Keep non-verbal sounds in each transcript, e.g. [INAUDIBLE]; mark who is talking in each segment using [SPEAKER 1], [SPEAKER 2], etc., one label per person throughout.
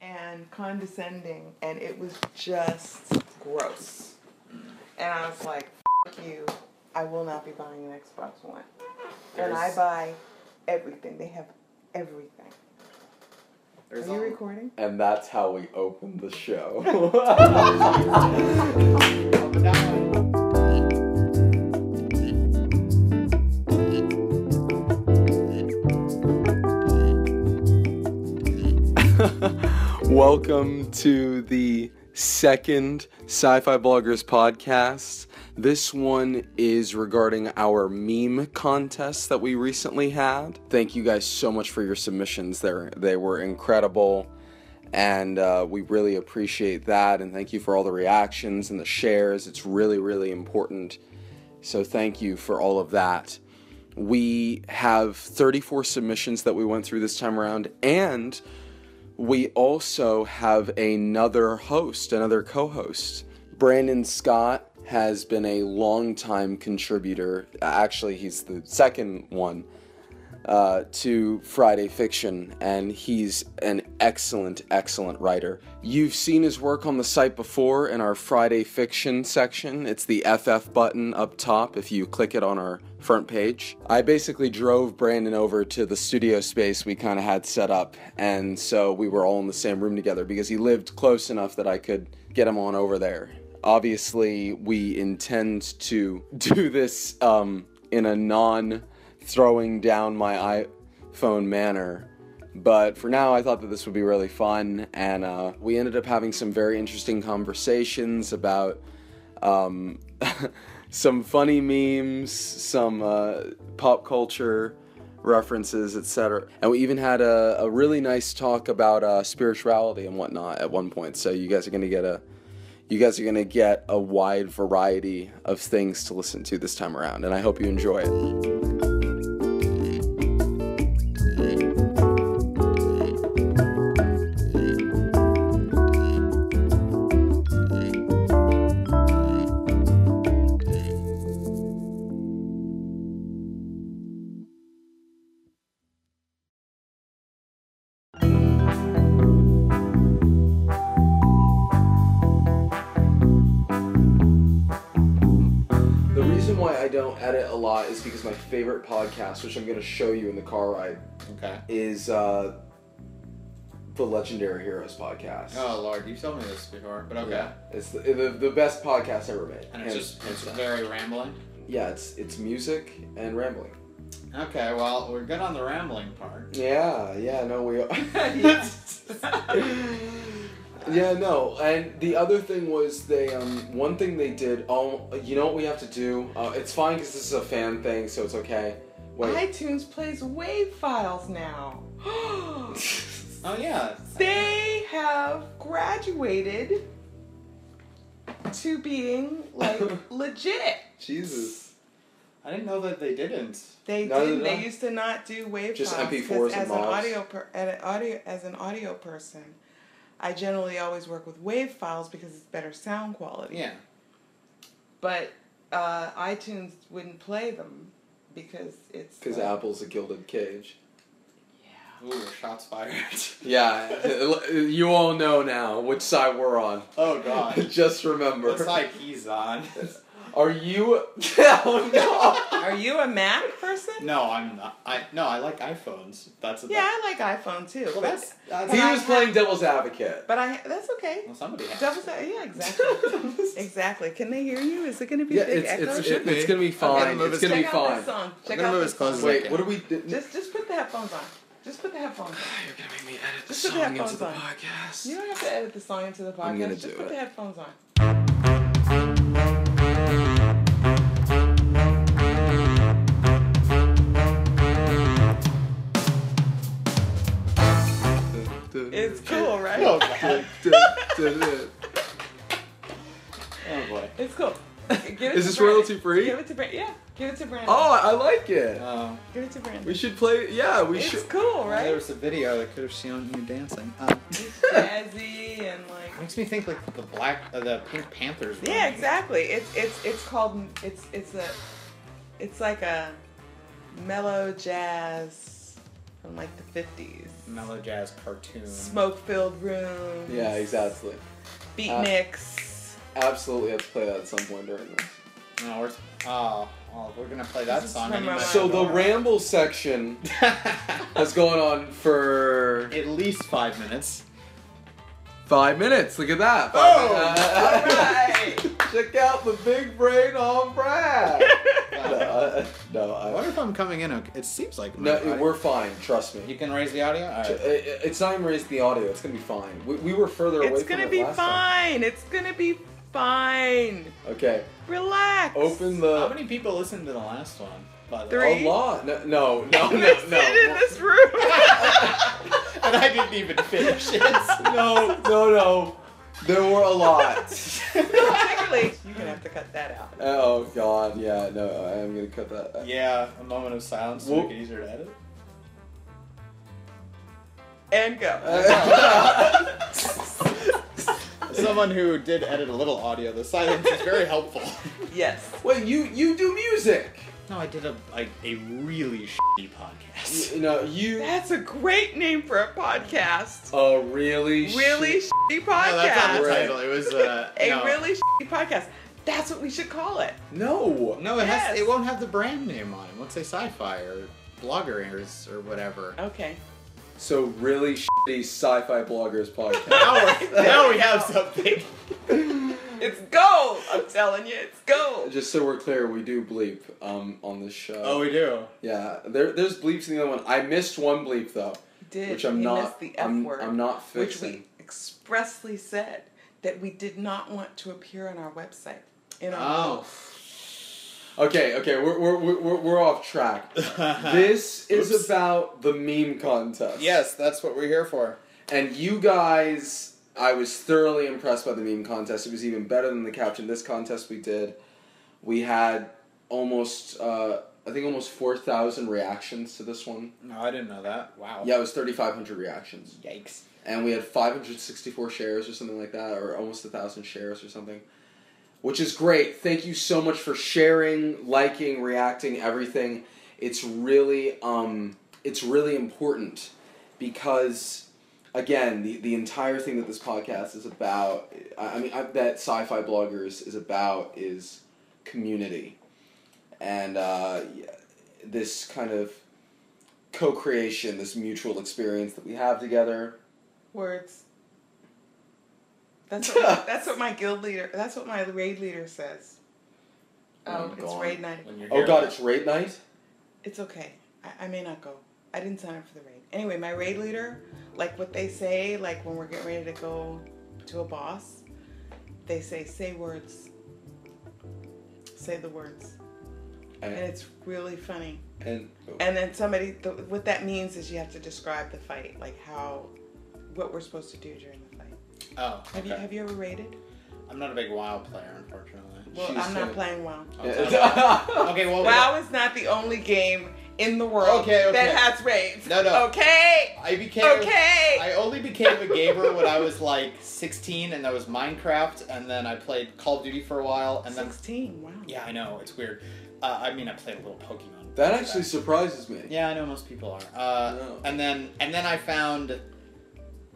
[SPEAKER 1] and condescending, and it was just gross. And I was like, F you, I will not be buying an Xbox One. And I
[SPEAKER 2] There's-
[SPEAKER 1] buy everything. They have everything. Are
[SPEAKER 2] There's
[SPEAKER 1] you
[SPEAKER 2] only-
[SPEAKER 1] recording?
[SPEAKER 3] And that's how we open the show. Welcome to the second Sci Fi Bloggers podcast. This one is regarding our meme contest that we recently had. Thank you guys so much for your submissions. There, they were incredible and uh, we really appreciate that and thank you for all the reactions and the shares it's really really important so thank you for all of that we have 34 submissions that we went through this time around and we also have another host another co-host brandon scott has been a longtime contributor actually he's the second one uh, to Friday Fiction, and he's an excellent, excellent writer. You've seen his work on the site before in our Friday Fiction section. It's the FF button up top if you click it on our front page. I basically drove Brandon over to the studio space we kind of had set up, and so we were all in the same room together because he lived close enough that I could get him on over there. Obviously, we intend to [LAUGHS] do this um, in a non throwing down my iPhone manner. But for now, I thought that this would be really fun, and uh, we ended up having some very interesting conversations about um, [LAUGHS] some funny memes, some uh, pop culture references, etc. And we even had a, a really nice talk about uh, spirituality and whatnot at one point. So you guys are gonna get a you guys are gonna get a wide variety of things to listen to this time around, and I hope you enjoy it. The reason why I don't edit a lot is because my favorite podcast, which I'm going to show you in the car ride,
[SPEAKER 2] Okay.
[SPEAKER 3] is uh, the Legendary Heroes podcast.
[SPEAKER 2] Oh lord, you've told me this before, but okay.
[SPEAKER 3] Yeah, it's the, the, the best podcast ever made.
[SPEAKER 2] And it's just
[SPEAKER 3] hands
[SPEAKER 2] it's
[SPEAKER 3] down.
[SPEAKER 2] very rambling.
[SPEAKER 3] yeah, it's it's music and rambling.
[SPEAKER 2] Okay, well we're good on the rambling part.
[SPEAKER 3] Yeah, yeah, no, we are.
[SPEAKER 2] [LAUGHS]
[SPEAKER 3] [LAUGHS] yeah, no, and the other thing was they, um, one thing they did, oh, you know what we have to do? Uh, it's fine because this is a fan thing, so it's okay. Wait.
[SPEAKER 1] iTunes plays WAV files now. [GASPS]
[SPEAKER 2] Oh yeah.
[SPEAKER 1] they have graduated to being like legit.
[SPEAKER 3] [LAUGHS] Jesus.
[SPEAKER 2] I didn't know that they didn't.
[SPEAKER 1] They
[SPEAKER 3] No,
[SPEAKER 1] didn't.
[SPEAKER 3] no, no.
[SPEAKER 1] They used to not do wave
[SPEAKER 3] Just
[SPEAKER 1] files,
[SPEAKER 3] MP4s
[SPEAKER 1] 'cause
[SPEAKER 3] and
[SPEAKER 1] as an
[SPEAKER 3] MAWs.
[SPEAKER 1] audio per, at an audio as an audio person. I generally always work with wave files because it's better sound quality.
[SPEAKER 2] Yeah.
[SPEAKER 1] But uh, iTunes wouldn't play them because it's
[SPEAKER 3] Because
[SPEAKER 1] uh,
[SPEAKER 3] Apple's a gilded cage.
[SPEAKER 2] Ooh, shots fired.
[SPEAKER 3] [LAUGHS] Yeah, [LAUGHS] you all know now which side we're on. [LAUGHS]
[SPEAKER 2] oh god.
[SPEAKER 3] Just remember.
[SPEAKER 2] Looks like he's on.
[SPEAKER 3] Are you. [LAUGHS] oh,
[SPEAKER 1] Are you a Mac person?
[SPEAKER 2] No, I'm not. I no, I like iPhones. That's a
[SPEAKER 1] Yeah, I like iPhone too.
[SPEAKER 2] Well,
[SPEAKER 1] but-
[SPEAKER 2] that's, that's
[SPEAKER 3] no! He was playing devil's advocate.
[SPEAKER 1] But I that's okay.
[SPEAKER 2] well, somebody has.
[SPEAKER 1] Double sound,
[SPEAKER 2] [LAUGHS]
[SPEAKER 1] yeah, exactly.
[SPEAKER 3] [LAUGHS]
[SPEAKER 1] exactly. Can they hear you? Is it going to be
[SPEAKER 3] Yeah,
[SPEAKER 1] big
[SPEAKER 3] it's,
[SPEAKER 1] echo?
[SPEAKER 3] it's,
[SPEAKER 2] It should
[SPEAKER 3] it's
[SPEAKER 2] be.
[SPEAKER 3] gonna be
[SPEAKER 2] gonna
[SPEAKER 3] fine.
[SPEAKER 2] move
[SPEAKER 3] It's
[SPEAKER 2] his-
[SPEAKER 3] gonna be
[SPEAKER 1] Check out
[SPEAKER 3] fine.
[SPEAKER 1] this song.
[SPEAKER 2] I'm
[SPEAKER 1] Check
[SPEAKER 2] gonna
[SPEAKER 1] out
[SPEAKER 2] move
[SPEAKER 1] this
[SPEAKER 2] as close
[SPEAKER 1] song.
[SPEAKER 2] as I
[SPEAKER 3] Wait,
[SPEAKER 2] can.
[SPEAKER 3] what do we.
[SPEAKER 1] Just just put the headphones on. Just put the headphones on.
[SPEAKER 3] You're gonna make me edit the
[SPEAKER 1] Just put the
[SPEAKER 3] song into
[SPEAKER 1] headphones
[SPEAKER 3] the
[SPEAKER 1] on.
[SPEAKER 3] podcast.
[SPEAKER 1] You don't have to edit the song into the podcast.
[SPEAKER 3] I'm gonna
[SPEAKER 1] just
[SPEAKER 3] do
[SPEAKER 1] put
[SPEAKER 3] it.
[SPEAKER 1] the headphones on. It's cool, right?
[SPEAKER 2] Oh, God. oh boy.
[SPEAKER 1] It's
[SPEAKER 3] [LAUGHS]
[SPEAKER 1] cool. Give it
[SPEAKER 3] Is
[SPEAKER 1] to
[SPEAKER 3] this
[SPEAKER 1] Brandon.
[SPEAKER 3] royalty free?
[SPEAKER 1] Give it to Brandon. Yeah, give it to Brandon.
[SPEAKER 3] Oh, I like it.
[SPEAKER 2] Um,
[SPEAKER 1] Give it to Brandon.
[SPEAKER 3] We should play. Yeah, we
[SPEAKER 1] it's
[SPEAKER 3] should.
[SPEAKER 1] cool,
[SPEAKER 2] There
[SPEAKER 1] right?
[SPEAKER 2] was a video that could have shown you dancing. Uh,
[SPEAKER 1] It's jazzy and like
[SPEAKER 2] makes me think like the black, uh, the Pink Panthers.
[SPEAKER 1] Yeah,
[SPEAKER 2] one.
[SPEAKER 1] exactly. It's it's it's called it's it's a it's like a mellow jazz from like the fifties.
[SPEAKER 3] Mm.
[SPEAKER 4] mellow jazz cartoon.
[SPEAKER 1] Smoke filled rooms.
[SPEAKER 3] Yeah, exactly.
[SPEAKER 1] Beat mix.
[SPEAKER 3] Absolutely have to play that at some point during this.
[SPEAKER 4] No, we're oh, well, we're gonna play that
[SPEAKER 1] This is
[SPEAKER 4] song.
[SPEAKER 1] from uh,
[SPEAKER 4] anyway.
[SPEAKER 1] my-
[SPEAKER 4] [LAUGHS]
[SPEAKER 3] So the ramble section has gone on for
[SPEAKER 4] At least five minutes.
[SPEAKER 3] five minutes. Look at that.
[SPEAKER 4] Boom!
[SPEAKER 3] [LAUGHS] Five minutes. Check out the big brain on Brad. no, I, no,
[SPEAKER 4] I
[SPEAKER 3] I,
[SPEAKER 4] wonder if I'm coming in. Okay. It seems like my
[SPEAKER 3] no,
[SPEAKER 4] audio-
[SPEAKER 3] we're fine. Trust me.
[SPEAKER 4] You can raise the audio. All
[SPEAKER 3] Ch-
[SPEAKER 4] right.
[SPEAKER 3] it- It's not even raised the audio. It's gonna be fine. We, we were further away
[SPEAKER 1] It's
[SPEAKER 3] from
[SPEAKER 1] gonna
[SPEAKER 3] it
[SPEAKER 1] be
[SPEAKER 3] last time.
[SPEAKER 1] fine. It's gonna be fine.
[SPEAKER 3] Okay,
[SPEAKER 1] Relax.
[SPEAKER 3] open
[SPEAKER 4] How
[SPEAKER 3] the.
[SPEAKER 4] many people listened to the last one? By the
[SPEAKER 1] Three.
[SPEAKER 4] way? [LAUGHS]
[SPEAKER 3] A lot. No, no, no,
[SPEAKER 1] I'm
[SPEAKER 3] no.
[SPEAKER 1] gonna [LAUGHS] sit in
[SPEAKER 3] no.
[SPEAKER 1] this [LAUGHS] room.
[SPEAKER 4] and I didn't even finish it. [LAUGHS]
[SPEAKER 3] no, no, no. There were a lot.
[SPEAKER 1] [LAUGHS] Particularly, you're gonna have to cut that out.
[SPEAKER 3] Oh God, yeah, no, I am gonna cut that.
[SPEAKER 4] yeah, a moment of silence to
[SPEAKER 3] Whoop.
[SPEAKER 4] make it easier to edit.
[SPEAKER 1] And go.
[SPEAKER 3] [LAUGHS]
[SPEAKER 4] As Someone who did edit a little audio. The silence is very helpful.
[SPEAKER 1] yes.
[SPEAKER 3] Wait, you you do music?
[SPEAKER 4] [LAUGHS] No, I did a like a really shitty podcast.
[SPEAKER 3] You, no, you.
[SPEAKER 1] That's a great name for a podcast.
[SPEAKER 3] Oh really?
[SPEAKER 1] Really shitty podcast.
[SPEAKER 4] No, that's not the
[SPEAKER 3] Right.
[SPEAKER 4] title. It was
[SPEAKER 1] [LAUGHS]
[SPEAKER 4] uh,
[SPEAKER 1] a
[SPEAKER 4] no.
[SPEAKER 1] really shitty podcast. That's what we should call it.
[SPEAKER 3] No.
[SPEAKER 4] No, it
[SPEAKER 1] Yes.
[SPEAKER 4] has. It won't have the brand name on it. Won't say sci-fi or bloggers or whatever.
[SPEAKER 1] Okay.
[SPEAKER 3] So really shitty sci-fi bloggers
[SPEAKER 4] [LAUGHS]
[SPEAKER 3] podcast. [LAUGHS]
[SPEAKER 4] Now,
[SPEAKER 1] [LAUGHS]
[SPEAKER 4] we're- now we have something.
[SPEAKER 1] It's gold. I'm telling you, it's gold.
[SPEAKER 3] Just so we're clear, we do bleep um on this show.
[SPEAKER 4] [LAUGHS] Oh, we do.
[SPEAKER 3] yeah. There there's bleeps in the other one. I missed one bleep though,
[SPEAKER 1] Did
[SPEAKER 3] which I'm
[SPEAKER 1] you
[SPEAKER 3] not.
[SPEAKER 1] miss the F
[SPEAKER 3] I'm,
[SPEAKER 1] word?
[SPEAKER 3] I'm not
[SPEAKER 1] which
[SPEAKER 3] fixing.
[SPEAKER 1] we expressly said that we did not want to appear on our website. In our
[SPEAKER 4] Oh.
[SPEAKER 3] Okay, okay, we're we're we're, we're- we're off
[SPEAKER 4] [LAUGHS]
[SPEAKER 3] track. this is
[SPEAKER 4] Oops.
[SPEAKER 3] about the meme contest.
[SPEAKER 4] yes, that's what we're here for.
[SPEAKER 3] And you guys, I was thoroughly impressed by the meme contest. It was even better than the caption. This contest we did, we had almost, uh, I think almost 4,000 reactions to this one.
[SPEAKER 4] No, I didn't know that. Wow.
[SPEAKER 3] Yeah, it was 3,500 reactions.
[SPEAKER 4] Yikes.
[SPEAKER 3] And we had 564 shares or something like that, or almost 1,000 shares or something. Which is great. Thank you so much for sharing, liking, reacting, everything. It's really, um, it's really important because again, the, the entire thing that this podcast is about, I I mean, I, that sci fi bloggers is about is community. And uh, yeah, this kind of co creation, this mutual experience that we have together.
[SPEAKER 1] words. That's what, my, that's what my guild leader. That's what my raid leader says.
[SPEAKER 3] Oh,
[SPEAKER 1] Oh, it's
[SPEAKER 3] God.
[SPEAKER 1] raid night.
[SPEAKER 4] When you're
[SPEAKER 3] Oh
[SPEAKER 4] here.
[SPEAKER 3] god, it's raid night?
[SPEAKER 1] It's okay. I, I may not go. I didn't sign up for the raid. Anyway, my raid leader, like what they say, like when we're getting ready to go to a boss, they say, say words. Say the words. And
[SPEAKER 3] And,
[SPEAKER 1] it's really funny.
[SPEAKER 3] and, oh.
[SPEAKER 1] And then somebody, the, what that means is you have to describe the fight, like how, what we're supposed to do during the fight.
[SPEAKER 4] Oh,
[SPEAKER 1] Have you
[SPEAKER 4] okay.
[SPEAKER 1] have you ever raided?
[SPEAKER 4] I'm not a big WoW player, unfortunately.
[SPEAKER 1] Well, I'm
[SPEAKER 3] She's
[SPEAKER 1] not
[SPEAKER 3] saying-
[SPEAKER 1] playing WoW.
[SPEAKER 4] [LAUGHS]
[SPEAKER 3] Yeah.
[SPEAKER 4] okay, well,
[SPEAKER 1] WoW is not the only game in the world
[SPEAKER 4] Oh Okay, okay.
[SPEAKER 1] that has raids.
[SPEAKER 4] No, no.
[SPEAKER 1] Okay.
[SPEAKER 4] I became.
[SPEAKER 1] Okay.
[SPEAKER 4] I only became a gamer when I was like 16, and that was Minecraft, and then I played Call of Duty for a while, and then
[SPEAKER 1] 16. Wow.
[SPEAKER 4] yeah, I know it's weird. Uh, I mean, I played a little Pokemon.
[SPEAKER 3] [LAUGHS] that actually surprises me.
[SPEAKER 4] Yeah, I know most people are. Uh,
[SPEAKER 3] No.
[SPEAKER 4] And then and then I found,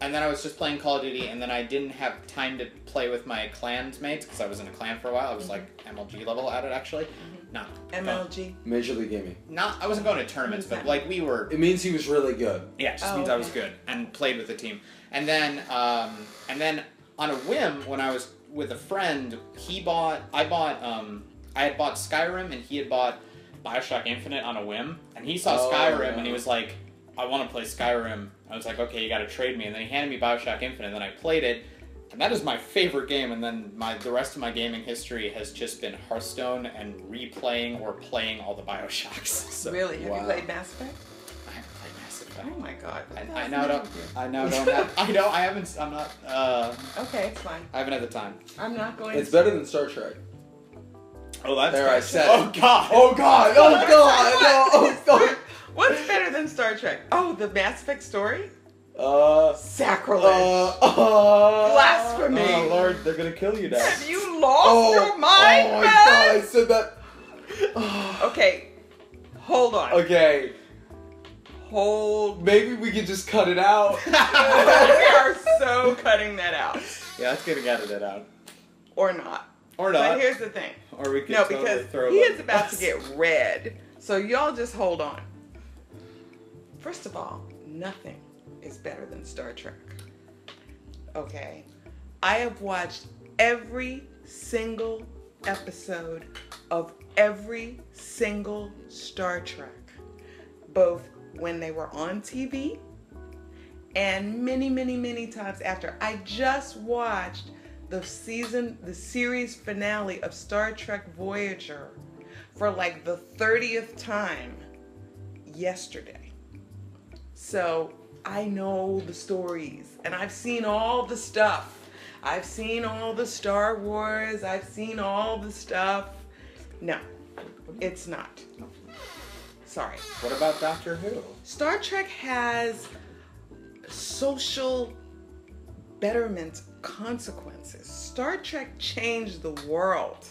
[SPEAKER 4] and then I was just playing Call of Duty, and then I didn't have time to play with my clansmates because I was in a clan for a while. I was like MLG level at it actually. Not
[SPEAKER 1] MLG.
[SPEAKER 3] Major League Gaming.
[SPEAKER 4] not I wasn't going to tournaments, but like we were.
[SPEAKER 3] It means he was really good.
[SPEAKER 4] Yeah, it just
[SPEAKER 1] Oh,
[SPEAKER 4] means I was
[SPEAKER 1] okay.
[SPEAKER 4] good and played with the team. And then um, and then on a whim, when I was with a friend, he bought I bought um, I had bought Skyrim and he had bought Bioshock Infinite on a whim, and he saw
[SPEAKER 3] Oh,
[SPEAKER 4] Skyrim
[SPEAKER 3] yeah.
[SPEAKER 4] and he was like, I want to play Skyrim. I was like, okay, you got to trade me. And then he handed me Bioshock Infinite, and then I played it. And that is my favorite game, and then my the rest of my gaming history has just been Hearthstone and replaying or playing all the Bioshocks. [LAUGHS] So
[SPEAKER 1] Really? Have
[SPEAKER 3] Wow.
[SPEAKER 1] you played Mass Effect?
[SPEAKER 4] I haven't played Mass Effect.
[SPEAKER 1] Oh my god. what the
[SPEAKER 4] I, I
[SPEAKER 1] hell's
[SPEAKER 4] now
[SPEAKER 1] wrong
[SPEAKER 4] don't.
[SPEAKER 1] with you?
[SPEAKER 4] I now don't. Have, I know. I haven't. I'm not. Uh,
[SPEAKER 1] Okay, it's fine.
[SPEAKER 4] I haven't had the time.
[SPEAKER 1] I'm not going
[SPEAKER 3] It's
[SPEAKER 1] to.
[SPEAKER 3] better than Star Trek.
[SPEAKER 4] Oh, that's
[SPEAKER 3] There, I said
[SPEAKER 4] Oh
[SPEAKER 3] it.
[SPEAKER 4] God.
[SPEAKER 3] Oh god! Oh god! No! Oh god!
[SPEAKER 1] What's better than Star Trek? Oh, the Mass Effect story?
[SPEAKER 3] Uh.
[SPEAKER 1] Sacrilege.
[SPEAKER 3] Uh, uh,
[SPEAKER 1] Blasphemy.
[SPEAKER 4] Oh Lord, they're gonna kill you now.
[SPEAKER 1] Have you lost
[SPEAKER 3] Oh,
[SPEAKER 1] your mind,
[SPEAKER 3] oh my god, I
[SPEAKER 1] Matt?
[SPEAKER 3] said that. [SIGHS]
[SPEAKER 1] Okay, hold on.
[SPEAKER 3] Okay. hold. Maybe we could just cut
[SPEAKER 4] [LAUGHS]
[SPEAKER 3] it out.
[SPEAKER 1] [LAUGHS] we are so cutting that out.
[SPEAKER 2] [LAUGHS] Yeah, let's get edited out.
[SPEAKER 1] Or not.
[SPEAKER 2] Or
[SPEAKER 1] But
[SPEAKER 2] not.
[SPEAKER 1] here's the thing.
[SPEAKER 2] Or we could
[SPEAKER 1] No,
[SPEAKER 2] totally
[SPEAKER 1] because
[SPEAKER 2] throw
[SPEAKER 1] he
[SPEAKER 2] away
[SPEAKER 1] is
[SPEAKER 2] the
[SPEAKER 1] about to
[SPEAKER 2] bus.
[SPEAKER 1] get red. So y'all just hold on. First of all, nothing is better than Star Trek. Okay. I have watched every single episode of every single Star Trek, both when they were on TV and many, many, many times after. I just watched the season, the series finale of Star Trek Voyager for like the 30th time yesterday. So I know the stories and I've seen all the stuff. I've seen all the Star Wars, I've seen all the stuff. No, it's not. Sorry.
[SPEAKER 2] What about Doctor Who?
[SPEAKER 1] Star Trek has social betterment consequences. Star Trek changed the world.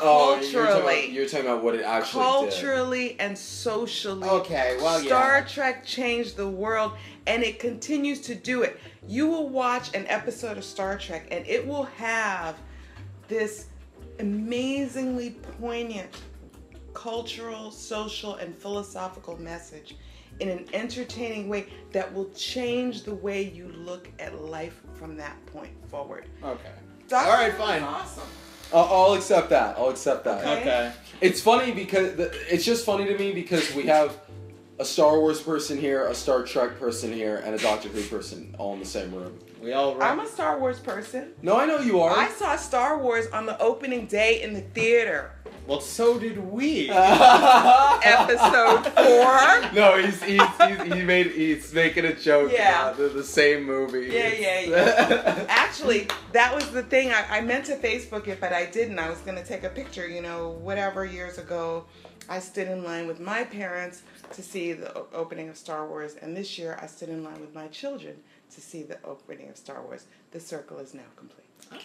[SPEAKER 3] Oh, You're talking
[SPEAKER 1] Culturally.
[SPEAKER 3] about, you're talking about what it actually did.
[SPEAKER 1] Culturally and socially.
[SPEAKER 2] Okay, well, yeah.
[SPEAKER 1] Star Trek changed the world and it continues to do it. You will watch an episode of Star Trek and it will have this amazingly poignant cultural, social, and philosophical message in an entertaining way that will change the way you look at life from that point forward.
[SPEAKER 2] [LAUGHS] Okay.
[SPEAKER 1] Doctor
[SPEAKER 2] All right,
[SPEAKER 1] Who
[SPEAKER 2] fine.
[SPEAKER 1] is Awesome.
[SPEAKER 3] I'll, I'll accept that. I'll accept that.
[SPEAKER 1] Okay.
[SPEAKER 2] Okay.
[SPEAKER 3] It's funny because the, it's just funny to me because we have a Star Wars person here, a Star Trek person here, and a Doctor Who person all in the same room.
[SPEAKER 2] We all. Re-
[SPEAKER 1] I'm a Star Wars person.
[SPEAKER 3] No, I know you are.
[SPEAKER 1] I saw Star Wars on the opening day in the theater.
[SPEAKER 2] well, so did
[SPEAKER 1] [LAUGHS]
[SPEAKER 2] we. Uh,
[SPEAKER 1] Episode four.
[SPEAKER 3] No, he's, he's, he's he made he's making a joke
[SPEAKER 1] Yeah.
[SPEAKER 3] about the, the same movie.
[SPEAKER 1] Yeah, yeah,
[SPEAKER 3] [LAUGHS] yeah.
[SPEAKER 1] Actually, that was the thing. I, I meant to Facebook it, but I didn't. I was going to take a picture, you know, whatever years ago. I stood in line with my parents to see the o- opening of Star Wars, and this year I stood in line with my children to see the opening of Star Wars. The circle is now complete.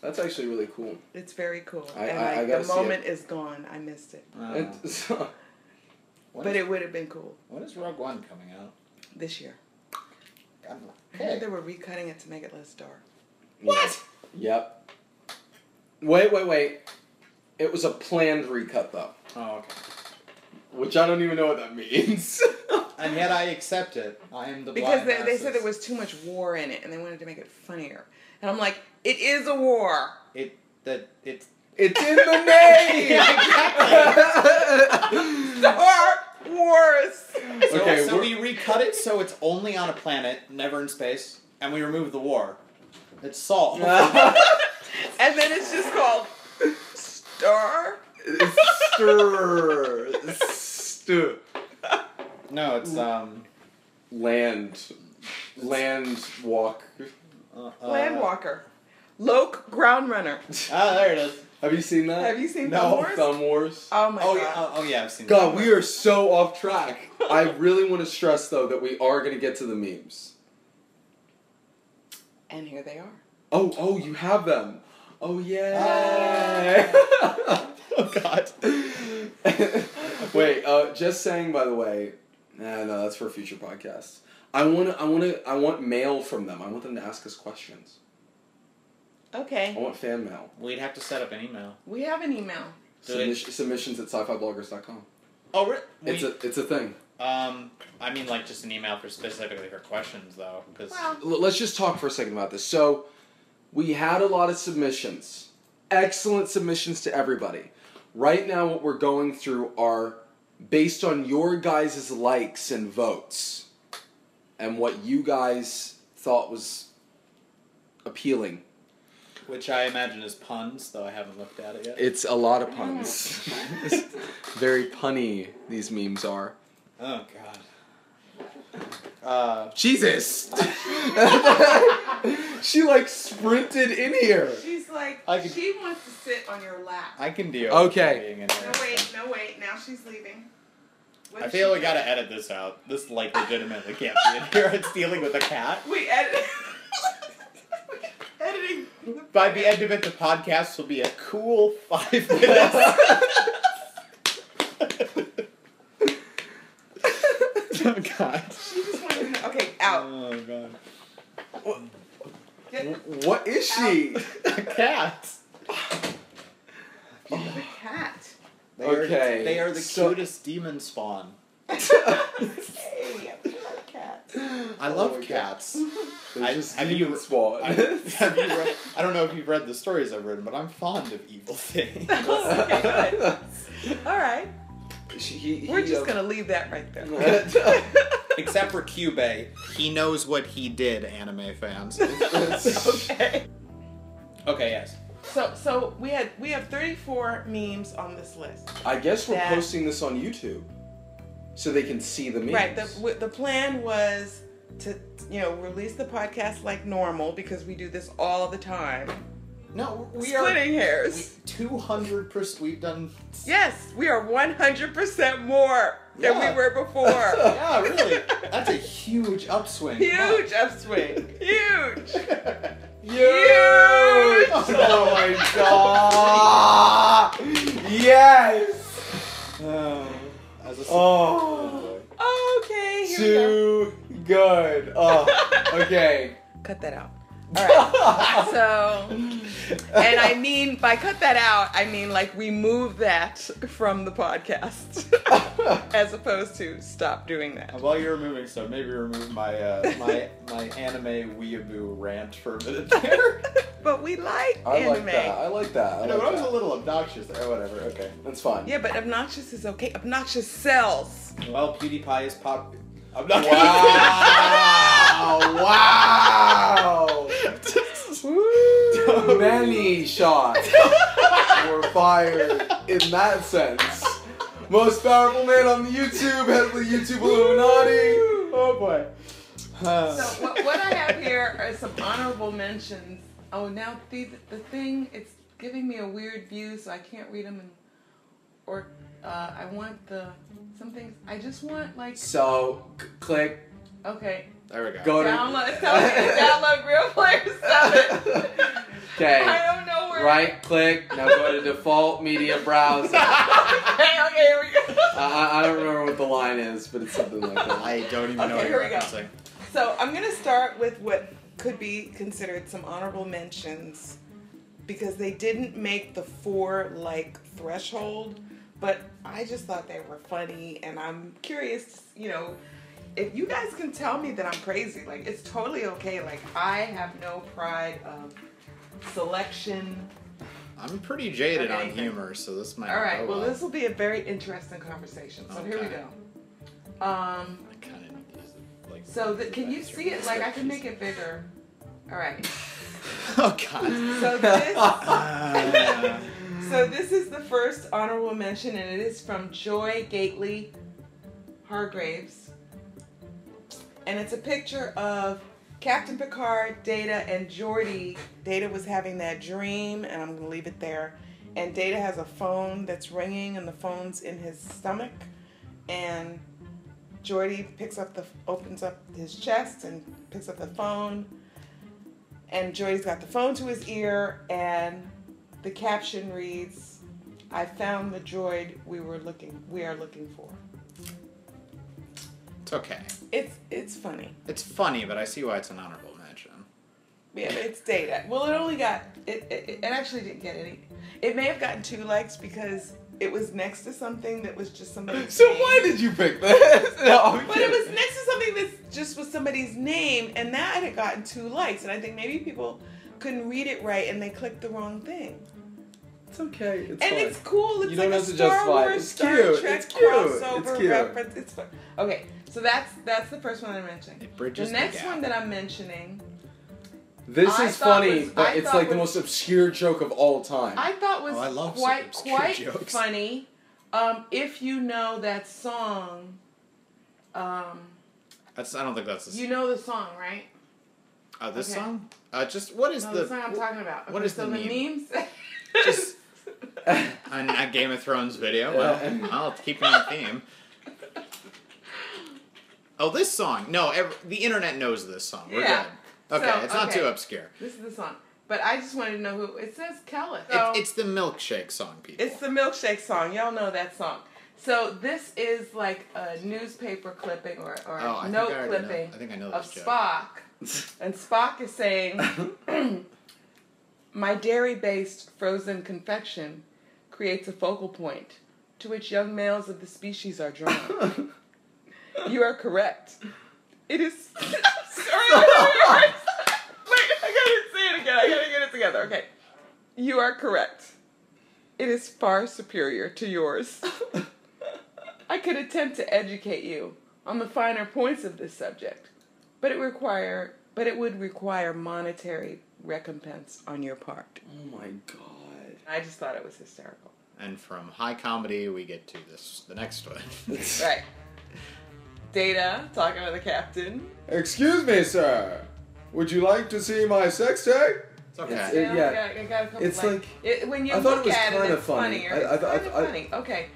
[SPEAKER 3] That's actually really cool.
[SPEAKER 1] It's very cool.
[SPEAKER 3] I-
[SPEAKER 1] and
[SPEAKER 3] I- I
[SPEAKER 1] like
[SPEAKER 3] gotta
[SPEAKER 1] the
[SPEAKER 3] see it.
[SPEAKER 1] moment is gone. I missed it.
[SPEAKER 2] Uh,
[SPEAKER 3] And [LAUGHS] so-
[SPEAKER 2] when
[SPEAKER 1] But
[SPEAKER 2] is-
[SPEAKER 1] it would have been cool
[SPEAKER 2] when is Rogue One coming out?
[SPEAKER 1] this year.
[SPEAKER 2] I'm-
[SPEAKER 1] I heard [LAUGHS]
[SPEAKER 2] Okay.
[SPEAKER 1] they were recutting it to make it less dark.
[SPEAKER 2] What?
[SPEAKER 3] Yep. Wait, wait, wait. It was a planned recut though,
[SPEAKER 2] Oh, okay.
[SPEAKER 3] which I don't even know what that means. [LAUGHS]
[SPEAKER 2] And yet I accept it. I am the
[SPEAKER 1] Because
[SPEAKER 2] blind
[SPEAKER 1] they, they said
[SPEAKER 2] masses.
[SPEAKER 1] there was too much war in it and they wanted to make it funnier. And I'm like, it is a war.
[SPEAKER 2] it that it's
[SPEAKER 3] it's
[SPEAKER 1] [LAUGHS]
[SPEAKER 3] in the name.
[SPEAKER 1] Star
[SPEAKER 2] [LAUGHS]
[SPEAKER 1] Wars.
[SPEAKER 2] So,
[SPEAKER 3] Okay,
[SPEAKER 2] so we
[SPEAKER 3] we're-
[SPEAKER 2] recut it so it's only on a planet, never in space, and we remove the war. It's solved.
[SPEAKER 1] and then it's just called Star.
[SPEAKER 3] [LAUGHS] Stir. [LAUGHS] Stir.
[SPEAKER 2] no, it's um.
[SPEAKER 3] Land. Land walk.
[SPEAKER 2] Uh,
[SPEAKER 1] Landwalker. Loke Groundrunner.
[SPEAKER 2] Ah, there it is.
[SPEAKER 3] Have you seen that?
[SPEAKER 1] Have you seen
[SPEAKER 2] No,
[SPEAKER 1] Thumb Wars?
[SPEAKER 3] Thumb Wars.
[SPEAKER 1] Oh my
[SPEAKER 2] oh,
[SPEAKER 1] god.
[SPEAKER 2] yeah, oh, oh yeah, I've seen.
[SPEAKER 3] God, we are so off track. I really want to stress though that we are gonna get to the memes.
[SPEAKER 1] And here they are.
[SPEAKER 3] Oh, oh, you have them. Oh yeah. [LAUGHS]
[SPEAKER 2] [LAUGHS] Oh God.
[SPEAKER 3] Wait, uh, just saying. By the way, nah, no, that's for a future podcast. I want to, I want to, I want mail from them. I want them to ask us questions. I
[SPEAKER 1] Okay.
[SPEAKER 3] want fan mail.
[SPEAKER 2] We'd have to set up an email.
[SPEAKER 1] We have an
[SPEAKER 2] [LAUGHS]
[SPEAKER 1] email.
[SPEAKER 2] Do they-
[SPEAKER 3] Submis- submissions at sci-fibloggers.com.
[SPEAKER 2] Oh, re-
[SPEAKER 3] It's a, it's a thing.
[SPEAKER 2] um. I mean, like just an email for specifically for questions though, because
[SPEAKER 1] Well,
[SPEAKER 3] L- let's just talk for a second about this. So, we had a lot of submissions. Excellent submissions to everybody. Right now, what we're going through are based on your guys' likes and votes and what you guys thought was appealing.
[SPEAKER 2] which I imagine is puns, though I haven't looked at it yet.
[SPEAKER 3] It's a lot of puns. [LAUGHS] Very punny, these memes are.
[SPEAKER 2] oh God. Uh,
[SPEAKER 3] Jesus! she like sprinted in here.
[SPEAKER 1] she's like,
[SPEAKER 2] I could-
[SPEAKER 1] she wants to sit on your lap.
[SPEAKER 2] I can deal.
[SPEAKER 3] Okay.
[SPEAKER 2] With being in there.
[SPEAKER 1] No Oh, wait, no wait. Now she's leaving. What
[SPEAKER 2] I
[SPEAKER 1] did
[SPEAKER 2] feel
[SPEAKER 1] she
[SPEAKER 2] we gotta edit this out. This like legitimately can't be in
[SPEAKER 4] [LAUGHS]
[SPEAKER 2] here. It's dealing with a cat.
[SPEAKER 1] do? We edit. [LAUGHS] Editing.
[SPEAKER 2] By the end of it, the podcast will be a cool
[SPEAKER 4] [LAUGHS]
[SPEAKER 2] five minutes.
[SPEAKER 4] Oh god.
[SPEAKER 3] What is she?
[SPEAKER 4] A
[SPEAKER 1] Um,
[SPEAKER 4] cat.
[SPEAKER 1] She's a
[SPEAKER 4] [LAUGHS]
[SPEAKER 1] cat.
[SPEAKER 4] They
[SPEAKER 3] Okay,
[SPEAKER 4] Are, they are the
[SPEAKER 3] so-
[SPEAKER 4] cutest demon spawn.
[SPEAKER 1] Hey, I'm a cat.
[SPEAKER 4] I
[SPEAKER 3] Oh
[SPEAKER 4] love
[SPEAKER 3] my God. [LAUGHS]
[SPEAKER 4] cats.
[SPEAKER 3] There's
[SPEAKER 4] I-
[SPEAKER 3] just
[SPEAKER 4] I mean,
[SPEAKER 3] demon
[SPEAKER 4] you-
[SPEAKER 3] spawn.
[SPEAKER 4] I, [LAUGHS] have you
[SPEAKER 3] [LAUGHS]
[SPEAKER 4] read, I don't know if you've read the stories I've written, but I'm fond of evil [LAUGHS] things.
[SPEAKER 1] Okay, good. All right.
[SPEAKER 3] She- he-
[SPEAKER 1] We're
[SPEAKER 3] he,
[SPEAKER 1] just
[SPEAKER 3] um,
[SPEAKER 1] going to leave that right
[SPEAKER 4] [LAUGHS]
[SPEAKER 1] there.
[SPEAKER 4] Except for Cubey, he knows what he did, anime
[SPEAKER 1] [LAUGHS]
[SPEAKER 4] fans. uh,
[SPEAKER 1] [LAUGHS]
[SPEAKER 4] [LAUGHS]
[SPEAKER 1] okay.
[SPEAKER 4] okay, yes.
[SPEAKER 1] So so we had we have 34 memes on this list.
[SPEAKER 3] I guess we're
[SPEAKER 1] That-
[SPEAKER 3] posting this on YouTube, so they can see the memes.
[SPEAKER 1] Right. The
[SPEAKER 3] [LAUGHS]
[SPEAKER 1] w- the plan was to you know release the podcast like normal because we do this all the time.
[SPEAKER 4] No, we
[SPEAKER 1] Splitting
[SPEAKER 4] are
[SPEAKER 1] hairs.
[SPEAKER 4] two hundred percent. We've done.
[SPEAKER 1] Yes, we are 100% more than
[SPEAKER 4] Yeah.
[SPEAKER 1] we were before.
[SPEAKER 4] [LAUGHS] Yeah,
[SPEAKER 1] [LAUGHS]
[SPEAKER 4] really. That's a huge upswing.
[SPEAKER 1] Huge
[SPEAKER 4] [LAUGHS]
[SPEAKER 1] upswing. Huge.
[SPEAKER 3] Huge!
[SPEAKER 4] Oh
[SPEAKER 3] my god! yes!
[SPEAKER 4] Um, as a
[SPEAKER 3] Oh,
[SPEAKER 1] Okay, here we go.
[SPEAKER 3] too good. Oh, okay.
[SPEAKER 1] [LAUGHS] Cut that out. All right. so, and I mean by cut that out, I mean like remove that from the podcast, [LAUGHS] as opposed to stop doing that. [LAUGHS]
[SPEAKER 4] While you're removing stuff, maybe remove my uh, my my anime weeaboo rant for a
[SPEAKER 1] [LAUGHS]
[SPEAKER 4] minute there.
[SPEAKER 1] But we like
[SPEAKER 3] I
[SPEAKER 1] anime.
[SPEAKER 3] like that. I like that. I
[SPEAKER 4] I know, but I
[SPEAKER 3] like
[SPEAKER 4] was a
[SPEAKER 3] that.
[SPEAKER 4] little obnoxious there. Whatever. Okay.
[SPEAKER 3] That's fine.
[SPEAKER 1] Yeah, but obnoxious is okay. Obnoxious sells.
[SPEAKER 4] Well, PewDiePie is pop. I'm not. [LAUGHS]
[SPEAKER 3] Wow! wow! Many shots were fired in that sense. Most powerful man on the YouTube, head of the YouTube Illuminati.
[SPEAKER 4] oh boy. Uh,
[SPEAKER 1] So what, what I have here are some honorable mentions. Oh, now the the thing it's giving me a weird view, so I can't read them. And, or uh, I want the some things. I just want like
[SPEAKER 3] So, c- click,
[SPEAKER 1] okay,
[SPEAKER 4] there we go.
[SPEAKER 3] go to.
[SPEAKER 1] download. [LAUGHS] Tell me to download real player seven. I
[SPEAKER 3] Okay,
[SPEAKER 1] don't know where.
[SPEAKER 3] right click, now go to default media browser. I,
[SPEAKER 1] Okay, okay, here we go.
[SPEAKER 3] I, I don't remember what the line is, but it's something like that.
[SPEAKER 4] I don't even
[SPEAKER 1] Okay,
[SPEAKER 4] know what
[SPEAKER 1] here
[SPEAKER 4] you're
[SPEAKER 1] we go.
[SPEAKER 4] referencing.
[SPEAKER 1] So I'm gonna start with what could be considered some honorable mentions because they didn't make the four like threshold, but I just thought they were funny and I'm curious, you know, if you guys can tell me that I'm crazy, like it's totally okay. Like I have no pride of selection.
[SPEAKER 4] I'm pretty jaded on
[SPEAKER 1] Anything.
[SPEAKER 4] humor, so this might.
[SPEAKER 1] All right,
[SPEAKER 4] go
[SPEAKER 1] well this will be a very interesting conversation. So here we
[SPEAKER 4] Okay.
[SPEAKER 1] go. Um
[SPEAKER 4] I kind of use it, like.
[SPEAKER 1] so the, can you see it? Like I can make it bigger. All right.
[SPEAKER 4] [LAUGHS] Oh god.
[SPEAKER 1] [LAUGHS] So this
[SPEAKER 4] Uh,
[SPEAKER 1] So this is the first honorable mention, and it is from Joy Gately Hargraves, and it's a picture of Captain Picard, Data, and Geordi. Data was having that dream, and I'm gonna leave it there. And Data has a phone that's ringing, and the phone's in his stomach, and Geordi picks up the opens up his chest and picks up the phone. And Jordy's got the phone to his ear, and the caption reads, "I found the droid we were looking we are looking for."
[SPEAKER 4] it's okay.
[SPEAKER 1] It's it's funny.
[SPEAKER 4] It's funny, but I see why it's an honorable mention.
[SPEAKER 1] Yeah, but it's data. Well, it only got it, it. It actually didn't get any. It may have gotten two likes because it was next to something that was just somebody's.
[SPEAKER 3] [LAUGHS] So
[SPEAKER 1] name.
[SPEAKER 3] why did you pick this?
[SPEAKER 1] [LAUGHS]
[SPEAKER 3] No, I'm
[SPEAKER 1] But it
[SPEAKER 3] kidding.
[SPEAKER 1] was next to something that just was somebody's name, and that had gotten two likes. And I think maybe people couldn't read it right, and they clicked the wrong thing.
[SPEAKER 3] It's okay. It's
[SPEAKER 1] and
[SPEAKER 3] fine.
[SPEAKER 1] it's cool. It's
[SPEAKER 3] You
[SPEAKER 1] like
[SPEAKER 3] don't
[SPEAKER 1] a
[SPEAKER 3] have to
[SPEAKER 1] Star
[SPEAKER 3] justify it.
[SPEAKER 1] Wars,
[SPEAKER 3] It's
[SPEAKER 1] Star
[SPEAKER 3] cute.
[SPEAKER 1] Trek
[SPEAKER 3] It's cute.
[SPEAKER 1] crossover
[SPEAKER 3] It's cute.
[SPEAKER 1] reference. It's fun. Okay, so that's that's the first one I'm mentioning.
[SPEAKER 4] It bridges
[SPEAKER 1] the
[SPEAKER 4] the
[SPEAKER 1] next
[SPEAKER 4] gap.
[SPEAKER 1] one that I'm mentioning,
[SPEAKER 3] this
[SPEAKER 1] I
[SPEAKER 3] is
[SPEAKER 1] thought
[SPEAKER 3] funny,
[SPEAKER 1] was- I
[SPEAKER 3] but it's
[SPEAKER 1] thought
[SPEAKER 3] like the
[SPEAKER 1] was-
[SPEAKER 3] most obscure joke of all time.
[SPEAKER 1] I thought was
[SPEAKER 4] Oh, I love some
[SPEAKER 1] quite
[SPEAKER 4] obscure
[SPEAKER 1] quite
[SPEAKER 4] jokes.
[SPEAKER 1] funny. Um, if you know that song, um,
[SPEAKER 4] That's. I don't think that's.
[SPEAKER 1] you
[SPEAKER 4] You,
[SPEAKER 1] know the song, right?
[SPEAKER 4] uh, this
[SPEAKER 1] okay.
[SPEAKER 4] song. Uh, just what is
[SPEAKER 1] No,
[SPEAKER 4] the?
[SPEAKER 1] the song I'm talking about.
[SPEAKER 4] what
[SPEAKER 1] Okay,
[SPEAKER 4] is
[SPEAKER 1] so
[SPEAKER 4] the meme?
[SPEAKER 1] memes? [LAUGHS]
[SPEAKER 4] Just- [LAUGHS] on a Game of Thrones video. Well, I'll keep on theme. Oh, this song. No, ev the internet knows this song. We're
[SPEAKER 1] Yeah.
[SPEAKER 4] good. Okay,
[SPEAKER 1] So,
[SPEAKER 4] it's not
[SPEAKER 1] okay.
[SPEAKER 4] too obscure.
[SPEAKER 1] this is the song, but I just wanted to know who it says. Kella.
[SPEAKER 4] It's, it's the milkshake song, people.
[SPEAKER 1] It's the milkshake song. Y'all know that song. So this is like a newspaper clipping or, or
[SPEAKER 4] Oh, I
[SPEAKER 1] note
[SPEAKER 4] think I already
[SPEAKER 1] clipping
[SPEAKER 4] Know. I think I know
[SPEAKER 1] of
[SPEAKER 4] this joke.
[SPEAKER 1] Spock,
[SPEAKER 4] [LAUGHS]
[SPEAKER 1] and Spock is saying,
[SPEAKER 4] [COUGHS]
[SPEAKER 1] "My dairy-based frozen confection creates a focal point to which young males of the species are drawn.
[SPEAKER 4] [LAUGHS]
[SPEAKER 1] you are correct. It is. I'm sorry, I gotta rehearse. Wait, I gotta say it again. I gotta get it together. Okay, you are correct. It is far superior to
[SPEAKER 4] [LAUGHS]
[SPEAKER 1] yours." I could attempt to educate you on the finer points of this subject, but it require but it would require monetary recompense on your part.
[SPEAKER 3] Oh my god.
[SPEAKER 1] I just thought it was hysterical.
[SPEAKER 4] And from high comedy, we get to this the next one. [LAUGHS]
[SPEAKER 1] Right. Data talking to the captain.
[SPEAKER 3] Excuse me, sir. Would you like to see my sex tape?
[SPEAKER 4] it's okay.
[SPEAKER 3] It's- it- Uh, yeah.
[SPEAKER 1] I got, I got a couple
[SPEAKER 3] It's
[SPEAKER 1] lines.
[SPEAKER 3] like-
[SPEAKER 1] It- when you
[SPEAKER 3] I thought it
[SPEAKER 1] look
[SPEAKER 3] was
[SPEAKER 1] at it,
[SPEAKER 3] kinda
[SPEAKER 1] it's
[SPEAKER 3] funny.
[SPEAKER 1] funnier.
[SPEAKER 3] I- I
[SPEAKER 1] It's
[SPEAKER 3] thought- I
[SPEAKER 1] kinda
[SPEAKER 3] thought- I-
[SPEAKER 1] funny. Okay.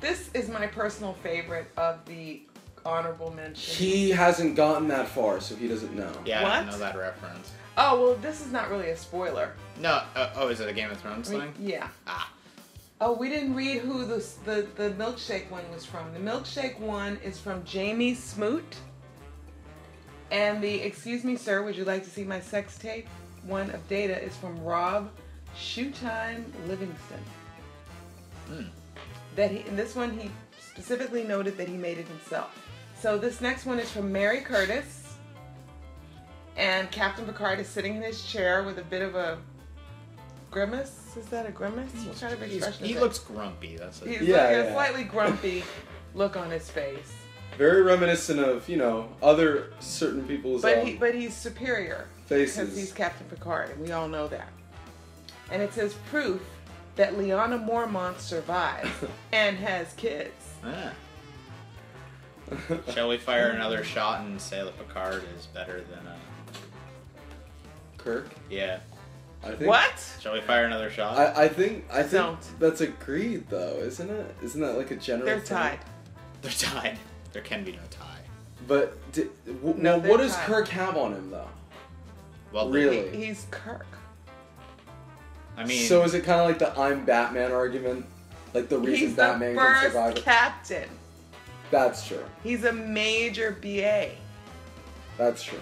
[SPEAKER 1] This is my personal favorite of the honorable mention.
[SPEAKER 3] He hasn't gotten that far, so he doesn't know.
[SPEAKER 4] yeah, I
[SPEAKER 1] What?
[SPEAKER 4] didn't know that reference.
[SPEAKER 1] oh well, this is not really a spoiler.
[SPEAKER 4] No, uh, oh, is it a Game of Thrones
[SPEAKER 1] I mean,
[SPEAKER 4] thing?
[SPEAKER 1] yeah.
[SPEAKER 4] Ah,
[SPEAKER 1] Oh, we didn't read who the, the the milkshake one was from. The milkshake one is from Jamie Smoot. And the Excuse Me Sir, Would You Like to See My Sex Tape one of Data is from Rob Shoetime Livingston. That he, in this one, he specifically noted that he made it himself. So this next one is from Mary Curtis. And Captain Picard is sitting in his chair with a bit of a grimace. Is that a grimace? What kind of
[SPEAKER 4] he's-
[SPEAKER 1] expression
[SPEAKER 4] he
[SPEAKER 1] is it?
[SPEAKER 4] looks grumpy. That's it.
[SPEAKER 1] He's
[SPEAKER 3] Yeah,
[SPEAKER 1] like
[SPEAKER 3] yeah.
[SPEAKER 1] a slightly grumpy look on his face.
[SPEAKER 3] Very reminiscent of, you know, other certain people's
[SPEAKER 1] But
[SPEAKER 3] um,
[SPEAKER 1] he but he's superior because
[SPEAKER 3] faces.
[SPEAKER 1] he's Captain Picard, and we all know that. And it says proof that Liana Mormont survives
[SPEAKER 3] [LAUGHS]
[SPEAKER 1] and has kids.
[SPEAKER 4] Ah. Shall we fire another shot and say that Picard is better than? Uh,
[SPEAKER 3] Kirk.
[SPEAKER 4] yeah.
[SPEAKER 3] I think.
[SPEAKER 1] What?
[SPEAKER 4] Shall we fire another shot?
[SPEAKER 3] I, I think I think
[SPEAKER 1] Don't.
[SPEAKER 3] that's agreed though, isn't it? Isn't that like a general?
[SPEAKER 1] They're
[SPEAKER 3] thing?
[SPEAKER 1] tied.
[SPEAKER 4] They're tied. There can be no tie.
[SPEAKER 3] But d- w-
[SPEAKER 1] No,
[SPEAKER 3] now,
[SPEAKER 1] they're
[SPEAKER 3] what does
[SPEAKER 1] tied.
[SPEAKER 3] Kirk have on him though?
[SPEAKER 4] Well,
[SPEAKER 3] Really?
[SPEAKER 1] He- he's Kirk.
[SPEAKER 4] I mean,
[SPEAKER 3] so is it kind of like the I'm Batman argument? Like the reason
[SPEAKER 1] He's the
[SPEAKER 3] Batman can survive?
[SPEAKER 1] first captain.
[SPEAKER 3] That's true.
[SPEAKER 1] He's a major BA.
[SPEAKER 3] That's true.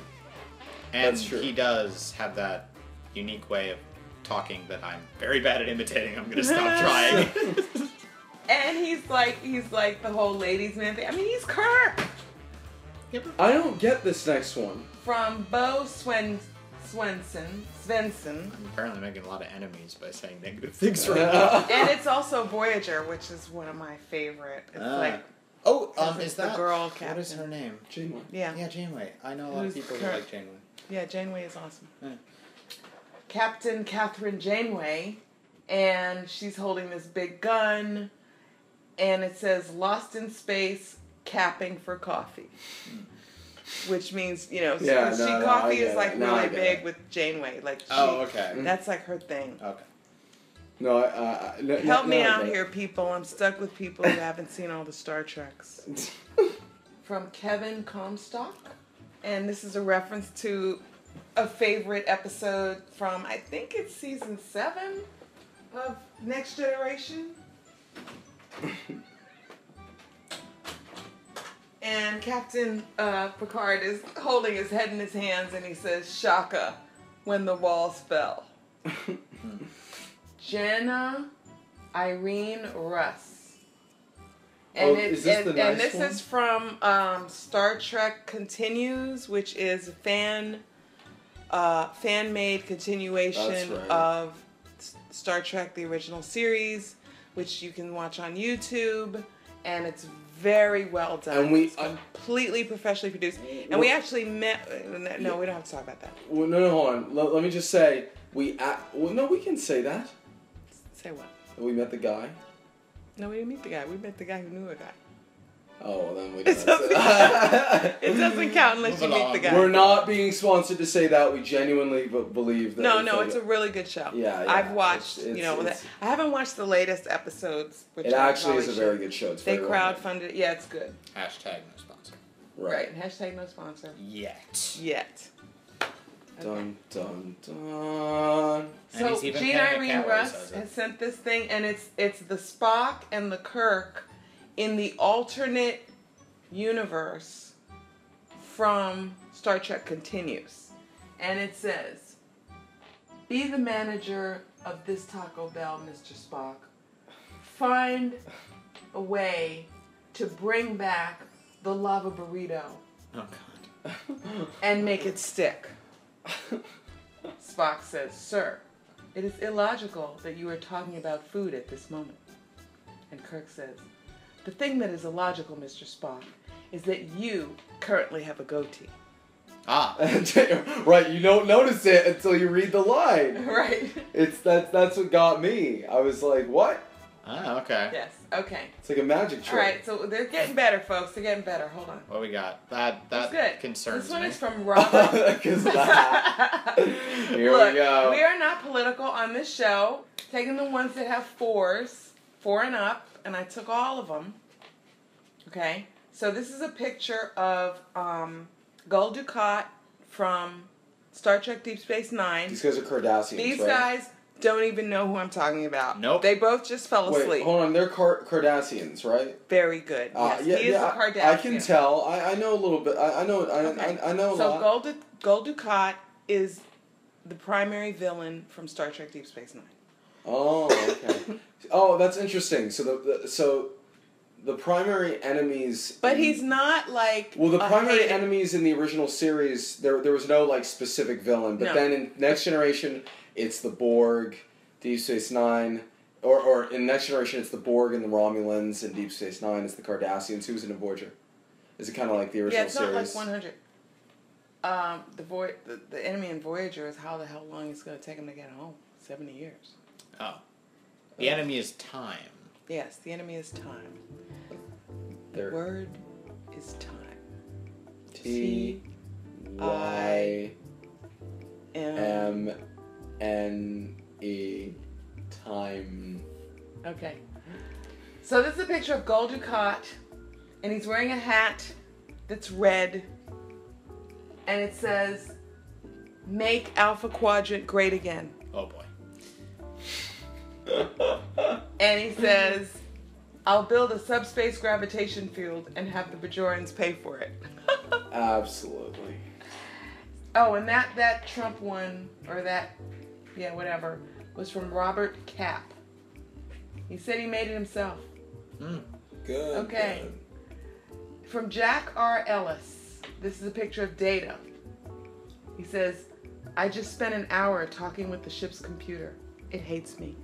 [SPEAKER 4] and
[SPEAKER 3] that's true.
[SPEAKER 4] he does have that unique way of talking that I'm very bad at imitating. I'm
[SPEAKER 1] [LAUGHS]
[SPEAKER 4] gonna stop trying. [LAUGHS]
[SPEAKER 1] And he's like he's like the whole ladies man thing. I mean he's Kirk.
[SPEAKER 3] I don't get this next one.
[SPEAKER 1] From Bo Swen Swenson. Svensson.
[SPEAKER 4] I'm apparently making a lot of enemies by saying negative things right now. [LAUGHS]
[SPEAKER 3] oh, [LAUGHS]
[SPEAKER 1] And it's also Voyager, which is one of my favorite. It's
[SPEAKER 4] Ah.
[SPEAKER 1] like,
[SPEAKER 4] um,
[SPEAKER 1] It's
[SPEAKER 4] is
[SPEAKER 1] the
[SPEAKER 4] that
[SPEAKER 1] girl
[SPEAKER 4] What is
[SPEAKER 1] captain.
[SPEAKER 4] her name?
[SPEAKER 3] Janeway.
[SPEAKER 1] yeah, yeah,
[SPEAKER 4] Yeah, Janeway. I know a lot
[SPEAKER 1] Who's
[SPEAKER 4] of people
[SPEAKER 1] her-
[SPEAKER 4] that like Janeway.
[SPEAKER 1] Janeway is awesome.
[SPEAKER 4] Yeah.
[SPEAKER 1] Captain Catherine Janeway, and she's holding this big gun, and it says "Lost in Space, capping for coffee," which means you know,
[SPEAKER 3] Yeah,
[SPEAKER 1] she,
[SPEAKER 3] no,
[SPEAKER 1] she-
[SPEAKER 3] no, I
[SPEAKER 1] coffee
[SPEAKER 3] get
[SPEAKER 1] is
[SPEAKER 3] it.
[SPEAKER 1] like
[SPEAKER 3] Now I
[SPEAKER 1] really
[SPEAKER 3] get
[SPEAKER 1] big
[SPEAKER 3] it.
[SPEAKER 1] with Janeway. Like, she,
[SPEAKER 4] Oh, okay.
[SPEAKER 1] that's like her thing.
[SPEAKER 4] Okay.
[SPEAKER 3] No, I, I, I, no-
[SPEAKER 1] Help
[SPEAKER 3] no,
[SPEAKER 1] me
[SPEAKER 3] no,
[SPEAKER 1] out
[SPEAKER 3] no.
[SPEAKER 1] here, people. I'm stuck with people who haven't seen all the Star Treks.
[SPEAKER 3] [LAUGHS]
[SPEAKER 1] From Kevin Comstock. And this is a reference to a favorite episode from, I think it's season seven of Next
[SPEAKER 3] [LAUGHS]
[SPEAKER 1] Generation. and Captain uh, Picard is holding his head in his hands and he says, Shaka, when the walls
[SPEAKER 3] [LAUGHS]
[SPEAKER 1] fell. Jenna Irene Russ. And,
[SPEAKER 3] Oh,
[SPEAKER 1] it-
[SPEAKER 3] is this
[SPEAKER 1] and,
[SPEAKER 3] the
[SPEAKER 1] and
[SPEAKER 3] nice
[SPEAKER 1] this
[SPEAKER 3] one?
[SPEAKER 1] is from um, Star Trek Continues, which is a fan uh, fan made continuation
[SPEAKER 3] That's right.
[SPEAKER 1] of S- Star Trek the original series, which you can watch on YouTube, and it's very well done.
[SPEAKER 3] And we- uh,
[SPEAKER 1] It's
[SPEAKER 3] I-
[SPEAKER 1] completely professionally produced, and we
[SPEAKER 3] Wh-
[SPEAKER 1] actually met. uh, No, no, we don't have to talk about that.
[SPEAKER 3] Well, no, no, hold on. Let, let me just say we. a well, no, we can say that.
[SPEAKER 1] Say what?
[SPEAKER 3] We met the guy.
[SPEAKER 1] No, we didn't meet the guy. We met the guy who knew a
[SPEAKER 3] [LAUGHS]
[SPEAKER 1] guy.
[SPEAKER 3] Oh, well, then we
[SPEAKER 1] It
[SPEAKER 3] don't say
[SPEAKER 1] doesn't- [LAUGHS]
[SPEAKER 3] that.
[SPEAKER 1] It doesn't count unless you
[SPEAKER 4] Moving
[SPEAKER 1] meet the
[SPEAKER 4] on.
[SPEAKER 1] guy.
[SPEAKER 3] We're not being sponsored to say that. We genuinely b- believe that.
[SPEAKER 1] No,
[SPEAKER 3] we
[SPEAKER 1] no,
[SPEAKER 3] think
[SPEAKER 1] it's a really good show.
[SPEAKER 3] Yeah, yeah,
[SPEAKER 1] I've watched.
[SPEAKER 3] it's-
[SPEAKER 1] you know,
[SPEAKER 3] it's-
[SPEAKER 1] I haven't watched the latest episodes. Which
[SPEAKER 3] It
[SPEAKER 1] I
[SPEAKER 3] actually is a
[SPEAKER 1] probably
[SPEAKER 3] very
[SPEAKER 1] should.
[SPEAKER 3] good show. It's
[SPEAKER 1] They
[SPEAKER 3] very well made.
[SPEAKER 1] crowdfunded. Yeah, it's good.
[SPEAKER 4] Hashtag no sponsor.
[SPEAKER 1] Right. Hashtag no sponsor
[SPEAKER 4] Yet.
[SPEAKER 1] yet.
[SPEAKER 3] dun dun dun.
[SPEAKER 2] And
[SPEAKER 1] So
[SPEAKER 2] he's even
[SPEAKER 1] Gene
[SPEAKER 2] paying a
[SPEAKER 1] Irene
[SPEAKER 2] cat
[SPEAKER 1] Russ
[SPEAKER 2] whistle.
[SPEAKER 1] has sent this thing, and it's it's the Spock and the Kirk in the alternate universe from Star Trek Continues, and it says, "Be the manager of this Taco Bell, Mr. Spock. Find a way to bring back the lava burrito
[SPEAKER 2] Oh god.
[SPEAKER 1] and make it stick." [LAUGHS] Spock says, Sir, it is illogical that you are talking about food at this moment. And Kirk says, The thing that is illogical, Mr. Spock, is that you currently have a goatee. [LAUGHS]
[SPEAKER 4] Ah,
[SPEAKER 3] [LAUGHS] right, you don't notice it until you read the line.
[SPEAKER 1] Right.
[SPEAKER 3] It's that that's what got me. I was like, what?
[SPEAKER 4] ah, okay.
[SPEAKER 1] Yes. Okay.
[SPEAKER 3] It's like a magic
[SPEAKER 1] All
[SPEAKER 3] trick.
[SPEAKER 1] right. So they're getting better, folks. They're getting better. Hold on.
[SPEAKER 4] What we got? That
[SPEAKER 1] That's
[SPEAKER 4] that
[SPEAKER 1] good.
[SPEAKER 4] concerns
[SPEAKER 1] This one
[SPEAKER 4] me.
[SPEAKER 1] is from
[SPEAKER 3] [LAUGHS]
[SPEAKER 1] Robert. [LAUGHS]
[SPEAKER 3] 'Cause that- Here
[SPEAKER 1] Look,
[SPEAKER 3] we go.
[SPEAKER 1] we are not political on this show. Taking the ones that have fours, four and up, and I took all of them. Okay, so this is a picture of um, Gul Dukat from Star Trek Deep Space Nine.
[SPEAKER 3] These guys are Cardassians,
[SPEAKER 1] These
[SPEAKER 3] right?
[SPEAKER 1] guys don't even know who I'm talking about.
[SPEAKER 4] Nope.
[SPEAKER 1] They both just fell
[SPEAKER 3] Wait,
[SPEAKER 1] asleep.
[SPEAKER 3] hold on. They're Car- Cardassians, right?
[SPEAKER 1] Very good.
[SPEAKER 3] Ah,
[SPEAKER 1] yes, he is a
[SPEAKER 3] I-
[SPEAKER 1] Kardashian.
[SPEAKER 3] I, can tell. I, I know a little bit. I, I know. I,
[SPEAKER 1] Okay.
[SPEAKER 3] I, I know a
[SPEAKER 1] so
[SPEAKER 3] lot.
[SPEAKER 1] Gold Gold Dukat is the primary villain from Star Trek Deep Space Nine.
[SPEAKER 3] Oh,
[SPEAKER 1] [LAUGHS]
[SPEAKER 3] okay. oh, that's interesting. So the, the so the primary enemies.
[SPEAKER 1] But he's not like
[SPEAKER 3] Well, the
[SPEAKER 1] a
[SPEAKER 3] primary
[SPEAKER 1] hated-
[SPEAKER 3] enemies in the original series, there there was no like specific villain. But
[SPEAKER 1] No.
[SPEAKER 3] then in Next Generation, it's the Borg, Deep Space Nine, or or in Next Generation, it's the Borg and the Romulans, and Deep Space Nine is the Cardassians. Who was in the Voyager? Is it kind of like the original
[SPEAKER 1] Yeah, it's not like
[SPEAKER 3] series?
[SPEAKER 1] one hundred. Um, the, Voy- the the enemy in Voyager is how the hell long it's going to take him to get home? Seventy years.
[SPEAKER 4] Oh, the enemy is time.
[SPEAKER 1] Yes, the enemy is time. The
[SPEAKER 3] They're-
[SPEAKER 1] word is time.
[SPEAKER 3] T Y
[SPEAKER 1] M.
[SPEAKER 3] M N E time.
[SPEAKER 1] Okay. So this is a picture of Gul Dukat, and he's wearing a hat that's red, and it says, "Make Alpha Quadrant Great Again."
[SPEAKER 4] Oh boy.
[SPEAKER 1] And he says, "I'll build a subspace gravitation field and have the Bajorans pay for it." [LAUGHS]
[SPEAKER 3] Absolutely.
[SPEAKER 1] oh, and that that Trump one or that, yeah, whatever, was from Robert Cap. He said he made it himself.
[SPEAKER 3] Good.
[SPEAKER 1] Okay.
[SPEAKER 3] good.
[SPEAKER 1] From Jack R. Ellis. This is a picture of Data. He says, I just spent an hour talking with the ship's computer. It hates me.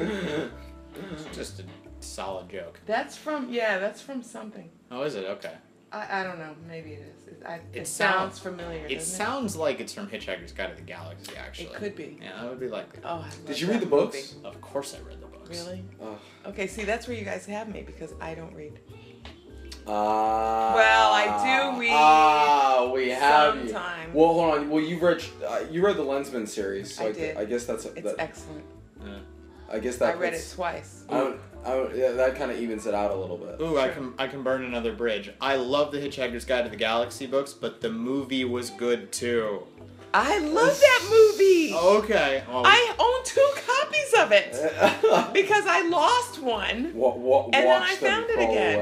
[SPEAKER 4] It's just a solid joke.
[SPEAKER 1] That's from, yeah, that's from something.
[SPEAKER 4] Oh, is it? Okay.
[SPEAKER 1] I, I don't know. Maybe it is. It, I, it,
[SPEAKER 4] It
[SPEAKER 1] sounds,
[SPEAKER 4] sounds-
[SPEAKER 1] familiar.
[SPEAKER 4] It
[SPEAKER 1] doesn't
[SPEAKER 4] sounds like it's from Hitchhiker's Guide to the Galaxy, actually.
[SPEAKER 1] It could be.
[SPEAKER 4] Yeah, that would be like.
[SPEAKER 1] Oh, I love
[SPEAKER 3] Did you
[SPEAKER 1] that
[SPEAKER 3] read the books?
[SPEAKER 1] movie.
[SPEAKER 4] Of course, I read the books.
[SPEAKER 1] Really?
[SPEAKER 3] Ugh.
[SPEAKER 1] Okay, see, that's where you guys have me because I don't read.
[SPEAKER 3] Ah.
[SPEAKER 1] Well, I do read
[SPEAKER 3] Ah, we have you.
[SPEAKER 1] sometimes.
[SPEAKER 3] Well, hold on. Well, you read uh, you read the Lensman series, so
[SPEAKER 1] I
[SPEAKER 3] I,
[SPEAKER 1] did.
[SPEAKER 3] I guess that's
[SPEAKER 1] It's
[SPEAKER 3] that,
[SPEAKER 1] excellent.
[SPEAKER 4] Yeah.
[SPEAKER 3] I guess
[SPEAKER 1] I
[SPEAKER 3] that
[SPEAKER 1] read it
[SPEAKER 3] puts-
[SPEAKER 1] twice.
[SPEAKER 3] I don't, I don't, yeah, that kind of evens it out a little bit.
[SPEAKER 4] Ooh, I can I can burn another bridge. I love the Hitchhiker's Guide to the Galaxy books, but the movie was good too.
[SPEAKER 1] I love that movie.
[SPEAKER 3] Oh.
[SPEAKER 4] Okay. Well,
[SPEAKER 1] I own two copies of it
[SPEAKER 3] [LAUGHS]
[SPEAKER 1] because I lost one.
[SPEAKER 3] what, what,
[SPEAKER 1] And then
[SPEAKER 3] watch
[SPEAKER 1] I
[SPEAKER 3] them
[SPEAKER 1] found it
[SPEAKER 3] crawl
[SPEAKER 1] again.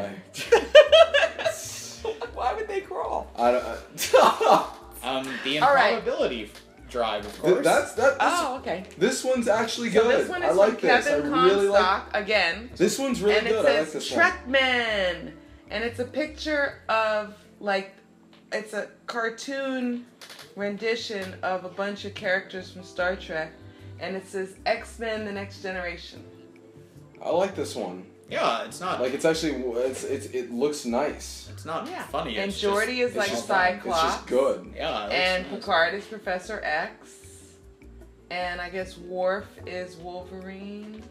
[SPEAKER 3] Away.
[SPEAKER 1] Why would they crawl?
[SPEAKER 3] I [LAUGHS] don't.
[SPEAKER 4] um, the
[SPEAKER 1] All right.
[SPEAKER 4] improbability drive, of course.
[SPEAKER 3] that's that. This,
[SPEAKER 1] Oh, okay.
[SPEAKER 3] this one's actually
[SPEAKER 1] So
[SPEAKER 3] good.
[SPEAKER 1] this one is
[SPEAKER 3] I like
[SPEAKER 1] from
[SPEAKER 3] this.
[SPEAKER 1] Kevin
[SPEAKER 3] I really like.
[SPEAKER 1] Comstock again,
[SPEAKER 3] This one's really
[SPEAKER 1] and it
[SPEAKER 3] good. I like
[SPEAKER 1] says
[SPEAKER 3] this one.
[SPEAKER 1] Trekman, and it's a picture of like it's a cartoon rendition of a bunch of characters from Star Trek, and it says X Men: The Next Generation.
[SPEAKER 3] I like this one.
[SPEAKER 4] yeah. It's not
[SPEAKER 3] Like it's actually it's, it's it looks nice.
[SPEAKER 4] it's not funny.
[SPEAKER 1] And
[SPEAKER 4] it's
[SPEAKER 1] Geordi
[SPEAKER 4] just,
[SPEAKER 1] is like
[SPEAKER 3] just-
[SPEAKER 1] Cyclops.
[SPEAKER 3] It's just good.
[SPEAKER 4] yeah. it
[SPEAKER 1] And
[SPEAKER 4] looks nice.
[SPEAKER 1] Picard is Professor X. And I guess Worf is Wolverine.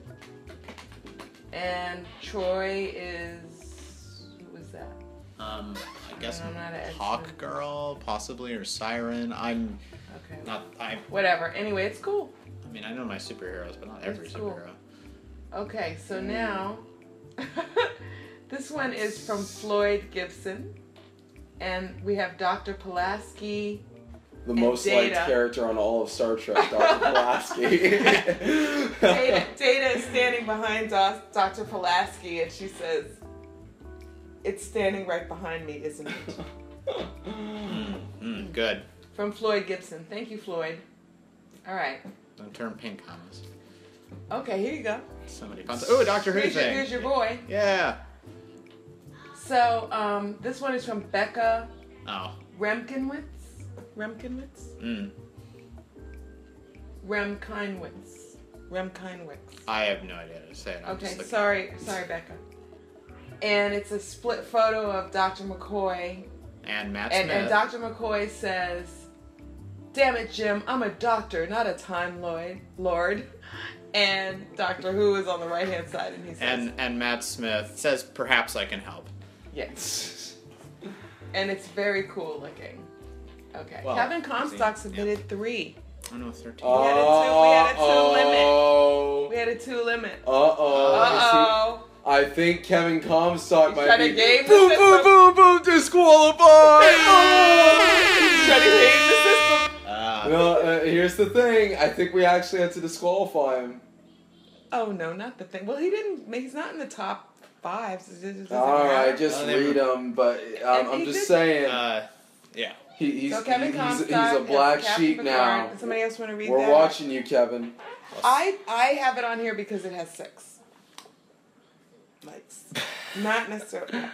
[SPEAKER 1] And Troy is who was that?
[SPEAKER 4] Um, I guess
[SPEAKER 1] I'm not an
[SPEAKER 4] Hawk
[SPEAKER 1] expert.
[SPEAKER 4] Girl possibly or Siren. I'm
[SPEAKER 1] Okay.
[SPEAKER 4] not. I.
[SPEAKER 1] Whatever. Anyway, it's cool.
[SPEAKER 4] I mean, I know my superheroes, but not every
[SPEAKER 1] It's cool.
[SPEAKER 4] superhero.
[SPEAKER 1] Okay, so now [LAUGHS] this one is [LAUGHS] from Floyd Gibson. And we have Dr. Pulaski
[SPEAKER 3] the most liked
[SPEAKER 1] Data.
[SPEAKER 3] character on all of Star
[SPEAKER 1] [LAUGHS]
[SPEAKER 3] Trek, Dr. Pulaski. [LAUGHS]
[SPEAKER 1] Data, Data is standing behind Doc- Dr. Pulaski and she says, It's standing right behind me, isn't [LAUGHS] it?
[SPEAKER 4] Mm, good.
[SPEAKER 1] From Floyd Gibson. Thank you, Floyd. All right.
[SPEAKER 4] Don't turn pink on us.
[SPEAKER 1] Okay, here you go.
[SPEAKER 4] Somebody. Oh, Doctor Who
[SPEAKER 1] Here's your,
[SPEAKER 4] thing.
[SPEAKER 1] here's your boy.
[SPEAKER 4] Yeah.
[SPEAKER 1] So, um, this one is from Becca
[SPEAKER 4] Oh.
[SPEAKER 1] Remkinwitz. Remkinwitz?
[SPEAKER 4] Mm.
[SPEAKER 1] Remkinwitz. Remkinwitz.
[SPEAKER 4] I have no idea how to say it. I'm
[SPEAKER 1] Okay,
[SPEAKER 4] just looking-
[SPEAKER 1] sorry, sorry, Becca. And it's a split photo of Dr. McCoy,
[SPEAKER 4] And Matt
[SPEAKER 1] and,
[SPEAKER 4] Smith.
[SPEAKER 1] and Dr. McCoy says, "Damn it, Jim, I'm a doctor, not a time lord." Lord, and Doctor Who is on the right hand side, and he says,
[SPEAKER 4] and and Matt Smith says, "Perhaps I can help."
[SPEAKER 1] "Yes," and it's very cool looking. Okay,
[SPEAKER 4] Well,
[SPEAKER 1] Kevin Comstock submitted three.
[SPEAKER 4] I know three.
[SPEAKER 3] Oh,
[SPEAKER 1] We had a two- we had a two
[SPEAKER 3] Uh-oh.
[SPEAKER 1] We had a two limit.
[SPEAKER 3] Uh-oh.
[SPEAKER 1] Uh
[SPEAKER 3] Is he-
[SPEAKER 1] oh.
[SPEAKER 3] I think Kevin Comstock
[SPEAKER 1] He's
[SPEAKER 3] might
[SPEAKER 1] trying
[SPEAKER 3] be.
[SPEAKER 1] to game the
[SPEAKER 3] boom, boom,
[SPEAKER 1] system.
[SPEAKER 3] boom, boom, disqualified.
[SPEAKER 1] Trying to
[SPEAKER 3] Oh!
[SPEAKER 1] game the system.
[SPEAKER 4] Uh,
[SPEAKER 3] [LAUGHS] No, uh, here's the thing. I think we actually had to disqualify him.
[SPEAKER 1] Oh no, not the thing. Well, he didn't. He's not in the top five. So it doesn't
[SPEAKER 3] All right,
[SPEAKER 1] matter.
[SPEAKER 3] just
[SPEAKER 4] Uh, they
[SPEAKER 3] read him. But I'm,
[SPEAKER 1] And
[SPEAKER 3] I'm
[SPEAKER 1] he
[SPEAKER 3] just
[SPEAKER 1] did-
[SPEAKER 3] saying,
[SPEAKER 4] uh, yeah.
[SPEAKER 3] he, he's,
[SPEAKER 1] so Kevin
[SPEAKER 3] he- he's, he's
[SPEAKER 1] Comstock
[SPEAKER 3] a
[SPEAKER 1] and
[SPEAKER 3] black
[SPEAKER 1] Captain
[SPEAKER 3] sheep now.
[SPEAKER 1] Picard. Does Somebody else want to read
[SPEAKER 3] We're
[SPEAKER 1] that?
[SPEAKER 3] watching you, Kevin.
[SPEAKER 1] I I have it on here because it has six likes. Not necessarily. Yeah.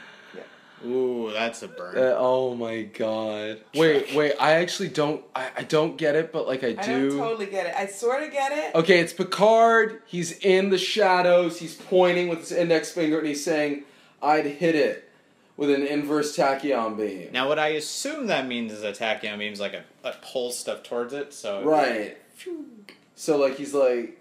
[SPEAKER 4] Ooh, that's a burn.
[SPEAKER 3] Uh, oh my god! Wait, wait. I actually don't. I, I don't get it, but like I do. Oh.
[SPEAKER 1] I don't totally get it. I sort of get it.
[SPEAKER 3] Okay, it's Picard. He's in the shadows. He's pointing with his index finger and he's saying, "I'd hit it with an inverse tachyon beam."
[SPEAKER 4] now, what I assume that means is a tachyon means like a, a pull stuff towards it. So
[SPEAKER 3] Right. So like he's like,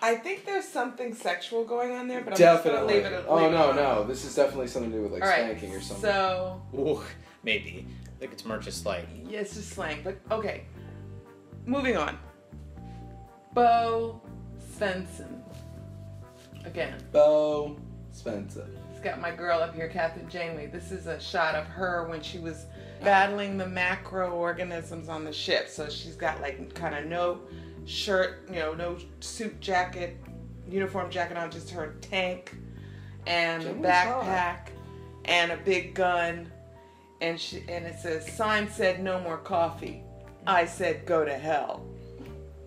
[SPEAKER 1] I think there's something sexual going on there, but I'm
[SPEAKER 3] definitely.
[SPEAKER 1] just gonna leave it.
[SPEAKER 3] oh
[SPEAKER 1] leave
[SPEAKER 3] no,
[SPEAKER 1] it
[SPEAKER 3] no, this is definitely something to do with like
[SPEAKER 1] All right.
[SPEAKER 3] spanking or something.
[SPEAKER 1] So
[SPEAKER 4] Ooh, maybe. I think it's more just like
[SPEAKER 1] yeah, it's just slang, but okay. Moving on. Bo Svensson. Again.
[SPEAKER 3] Bo Spencer.
[SPEAKER 1] It's got my girl up here, Captain Janeway. This is a shot of her when she was battling the macroorganisms on the ship. So she's got like kind of no shirt, you know, no suit jacket, uniform jacket on, just her tank and a
[SPEAKER 3] Janeway's
[SPEAKER 1] backpack and a big gun. And she and it says, sign said no more coffee. I said go to hell.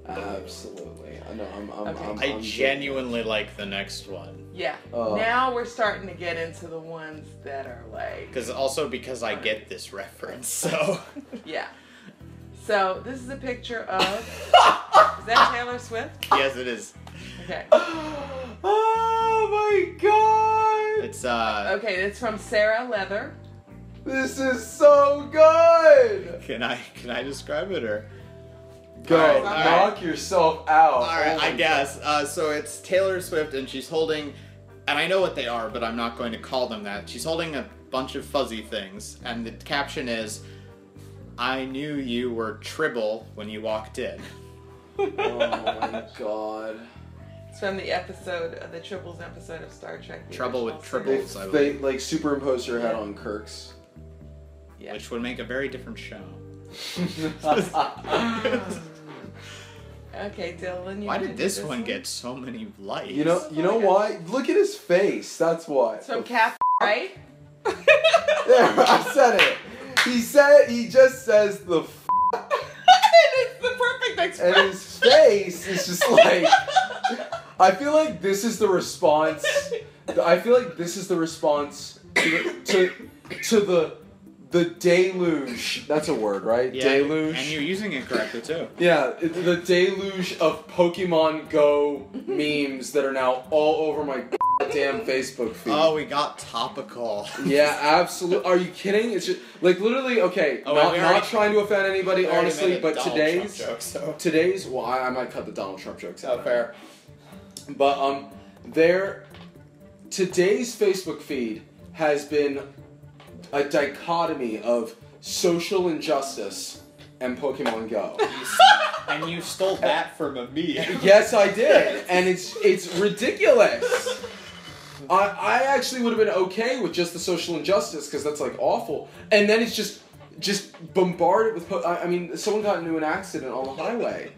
[SPEAKER 3] Absolutely. I know. I'm. I'm.
[SPEAKER 1] Okay.
[SPEAKER 3] I'm,
[SPEAKER 4] I
[SPEAKER 3] I'm
[SPEAKER 4] genuinely like the next one
[SPEAKER 1] Yeah.
[SPEAKER 3] Oh.
[SPEAKER 1] Now we're starting to get into the ones that are like
[SPEAKER 4] because also because I get this reference.
[SPEAKER 3] [LAUGHS]
[SPEAKER 4] So
[SPEAKER 1] Yeah. So this is a picture
[SPEAKER 3] [LAUGHS]
[SPEAKER 1] of. is that Taylor Swift?
[SPEAKER 4] yes, it is.
[SPEAKER 1] Okay.
[SPEAKER 3] [GASPS] Oh my god!
[SPEAKER 4] It's uh.
[SPEAKER 1] Okay, that's from Sarah Leather.
[SPEAKER 3] This is so good.
[SPEAKER 4] Can I can I describe it or?
[SPEAKER 3] Go
[SPEAKER 4] All right, all right.
[SPEAKER 3] knock yourself out.
[SPEAKER 4] All right,
[SPEAKER 3] Oh
[SPEAKER 4] I
[SPEAKER 3] my
[SPEAKER 4] guess. Uh, so it's Taylor Swift, and she's holding, and I know what they are, but I'm not going to call them that. She's holding a bunch of fuzzy things, and the caption is, "I knew you were Tribble when you walked in."
[SPEAKER 3] Oh my [LAUGHS] god.
[SPEAKER 1] It's from the episode, uh, the Tribbles episode of Star Trek. the
[SPEAKER 4] Trouble with
[SPEAKER 1] original
[SPEAKER 4] Tribbles.
[SPEAKER 3] They,
[SPEAKER 1] series.
[SPEAKER 4] Bulls, I
[SPEAKER 3] they
[SPEAKER 4] believe.
[SPEAKER 3] like superimposed her head on
[SPEAKER 4] [LAUGHS]
[SPEAKER 3] Kirk's.
[SPEAKER 1] Yeah.
[SPEAKER 4] Which would make a very different show.
[SPEAKER 1] Okay, Dylan. You
[SPEAKER 4] Why
[SPEAKER 1] wanna
[SPEAKER 4] did
[SPEAKER 1] do
[SPEAKER 4] this one get so many likes?
[SPEAKER 3] you know, you know
[SPEAKER 1] Oh my God.
[SPEAKER 3] why? Look at his face. That's why.
[SPEAKER 1] It's from Cap, right?
[SPEAKER 3] [LAUGHS] There, I said it. He said he just says the f-
[SPEAKER 1] [LAUGHS] it's the perfect
[SPEAKER 3] and
[SPEAKER 1] expression.
[SPEAKER 4] [LAUGHS]
[SPEAKER 3] his face is
[SPEAKER 1] [LAUGHS]
[SPEAKER 3] just like. I feel like this is the response. I feel like this is the response to the, to, to the the deluge. That's a word, right?
[SPEAKER 4] Yeah,
[SPEAKER 3] deluge.
[SPEAKER 4] And you're using it correctly
[SPEAKER 3] [LAUGHS]
[SPEAKER 4] too.
[SPEAKER 3] Yeah, it's the deluge of Pokemon Go memes that are now all over my damn Facebook feed.
[SPEAKER 4] Oh, we got topical.
[SPEAKER 3] Yeah, absolutely. Are you kidding? It's just like literally. Okay,
[SPEAKER 4] Oh,
[SPEAKER 3] not,
[SPEAKER 4] we
[SPEAKER 3] not
[SPEAKER 4] already-
[SPEAKER 3] trying to offend anybody, [LAUGHS] honestly, but today's
[SPEAKER 4] joke, so.
[SPEAKER 3] today's. Well, I, I might cut the Donald Trump jokes out.
[SPEAKER 4] so fair.
[SPEAKER 3] But um, there, today's Facebook feed has been a dichotomy of social injustice and Pokemon Go.
[SPEAKER 4] and you stole that from me.
[SPEAKER 3] [LAUGHS] Yes, I did, and it's it's ridiculous. I I actually would have been okay with just the social injustice because that's like awful, and then it's just just bombard it with. Po- I, I mean, someone got into an accident on the highway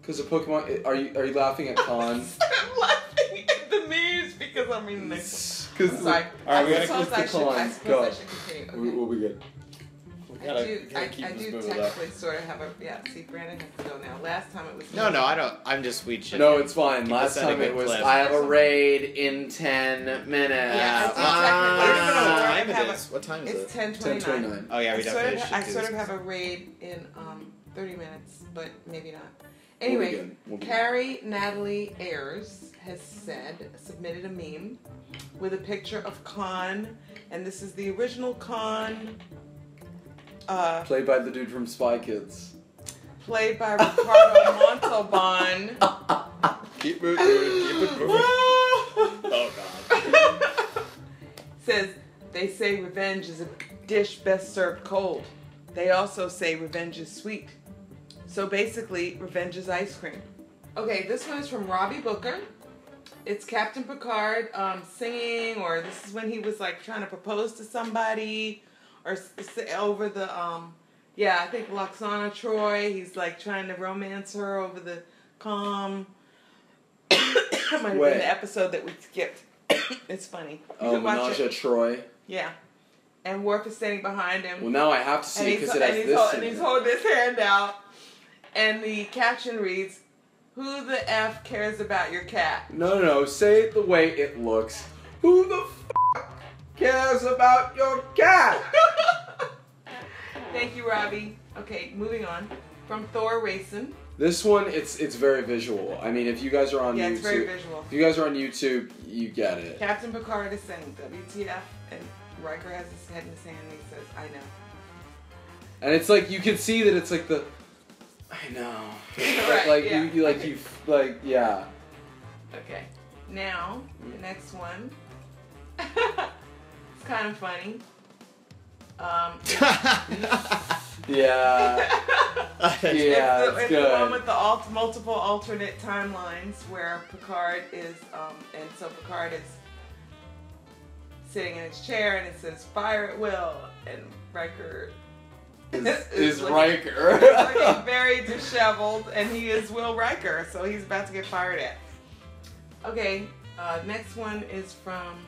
[SPEAKER 3] because of Pokemon. Are you are you laughing
[SPEAKER 4] [LAUGHS]
[SPEAKER 3] at Khan?
[SPEAKER 1] Stop laughing at the memes because I'm reading this.
[SPEAKER 3] Because
[SPEAKER 1] Sorry.
[SPEAKER 2] All right, we gotta
[SPEAKER 1] I suppose
[SPEAKER 3] click
[SPEAKER 1] I
[SPEAKER 3] the
[SPEAKER 1] should, I
[SPEAKER 3] climb.
[SPEAKER 1] suppose
[SPEAKER 3] Go.
[SPEAKER 1] I should
[SPEAKER 3] we,
[SPEAKER 1] continue. Okay.
[SPEAKER 3] we'll be good.
[SPEAKER 2] We
[SPEAKER 1] I
[SPEAKER 2] gotta,
[SPEAKER 1] do,
[SPEAKER 2] we
[SPEAKER 1] I,
[SPEAKER 2] gotta keep
[SPEAKER 1] I
[SPEAKER 2] this
[SPEAKER 1] do
[SPEAKER 2] moving up.
[SPEAKER 1] technically sort of have a yeah. See, Brandon has to go now. Last time it was
[SPEAKER 4] No, no, I don't. I'm just we should.
[SPEAKER 3] No, it's fine.
[SPEAKER 4] Keep us
[SPEAKER 3] Last
[SPEAKER 4] at a
[SPEAKER 3] time it
[SPEAKER 4] good
[SPEAKER 3] was.
[SPEAKER 4] clip.
[SPEAKER 3] I have a raid in ten minutes.
[SPEAKER 1] Yeah, I
[SPEAKER 4] I don't even know what
[SPEAKER 1] Ah.
[SPEAKER 4] time it
[SPEAKER 1] Have
[SPEAKER 4] is. What time is
[SPEAKER 1] It's
[SPEAKER 4] it?
[SPEAKER 1] ten
[SPEAKER 3] Ten
[SPEAKER 1] twenty
[SPEAKER 3] twenty
[SPEAKER 1] nine.
[SPEAKER 3] nine.
[SPEAKER 4] Oh yeah,
[SPEAKER 1] I
[SPEAKER 4] we
[SPEAKER 1] sort
[SPEAKER 4] definitely
[SPEAKER 1] of,
[SPEAKER 4] should
[SPEAKER 1] I
[SPEAKER 4] do
[SPEAKER 1] sort
[SPEAKER 4] this.
[SPEAKER 1] of have a raid in um, 30 minutes, but maybe not.
[SPEAKER 3] We'll be
[SPEAKER 1] Anyway,
[SPEAKER 3] good. We'll be good.
[SPEAKER 1] Carrie Natalie Ayers has said, submitted a meme with a picture of Khan, and this is the original Khan, uh,
[SPEAKER 3] Played by the dude from Spy Kids.
[SPEAKER 1] played by Ricardo Montalban.
[SPEAKER 4] Keep moving. Keep it moving. Oh god.
[SPEAKER 1] [LAUGHS] Says, they say revenge is a dish best served cold. They also say revenge is sweet. So basically, revenge is ice cream. Okay, this one is from Robbie Booker. It's Captain Picard um, singing, or this is when he was like trying to propose to somebody, or s- s- over the, um, yeah, I think Loxana Troy. He's like trying to romance her over the calm. [COUGHS] Might have
[SPEAKER 3] Wait.
[SPEAKER 1] been the episode that we skipped. [COUGHS] it's funny. You
[SPEAKER 3] Oh,
[SPEAKER 1] can watch
[SPEAKER 3] Menage a
[SPEAKER 1] it.
[SPEAKER 3] Troy.
[SPEAKER 1] Yeah. And Worf is standing behind him
[SPEAKER 3] Well, now I have to
[SPEAKER 1] and
[SPEAKER 3] see
[SPEAKER 1] he's,
[SPEAKER 3] because it
[SPEAKER 1] and
[SPEAKER 3] has
[SPEAKER 1] he's,
[SPEAKER 3] this.
[SPEAKER 1] hold-
[SPEAKER 3] in
[SPEAKER 1] and he's
[SPEAKER 3] it.
[SPEAKER 1] holding his hand out, and the caption reads, "Who the f cares about your cat?"
[SPEAKER 3] No, no, no. Say it the way it looks. Who the f cares about your cat?
[SPEAKER 1] Thank you, Robbie. Okay, moving on. From Thor Racing.
[SPEAKER 3] This one, it's it's very visual. I mean, if you guys are on
[SPEAKER 1] Yeah,
[SPEAKER 3] YouTube,
[SPEAKER 1] it's very visual.
[SPEAKER 3] if you guys are on YouTube, you get it.
[SPEAKER 1] Captain Picard is saying, "WTF?" and Riker has his head in the sand and he says, "I know."
[SPEAKER 3] And it's like you can see that it's like the. I know.
[SPEAKER 1] [LAUGHS] Right,
[SPEAKER 3] like
[SPEAKER 1] yeah.
[SPEAKER 3] you, you, like you, like yeah.
[SPEAKER 1] Okay. Now, the next one. [LAUGHS] it's kind of funny. Um,
[SPEAKER 3] Yeah. yeah.
[SPEAKER 1] [LAUGHS] it's the,
[SPEAKER 3] it's
[SPEAKER 1] it's
[SPEAKER 3] good.
[SPEAKER 1] the one with the alt, multiple alternate timelines where Picard is, um, and so Picard is sitting in his chair and it says fire at will, and Riker [LAUGHS]
[SPEAKER 3] Is-
[SPEAKER 1] is
[SPEAKER 3] is
[SPEAKER 1] looking-
[SPEAKER 3] Riker.
[SPEAKER 1] is [LAUGHS] looking very disheveled, and he is Will Riker, so he's about to get fired at. Okay, uh, next one is from.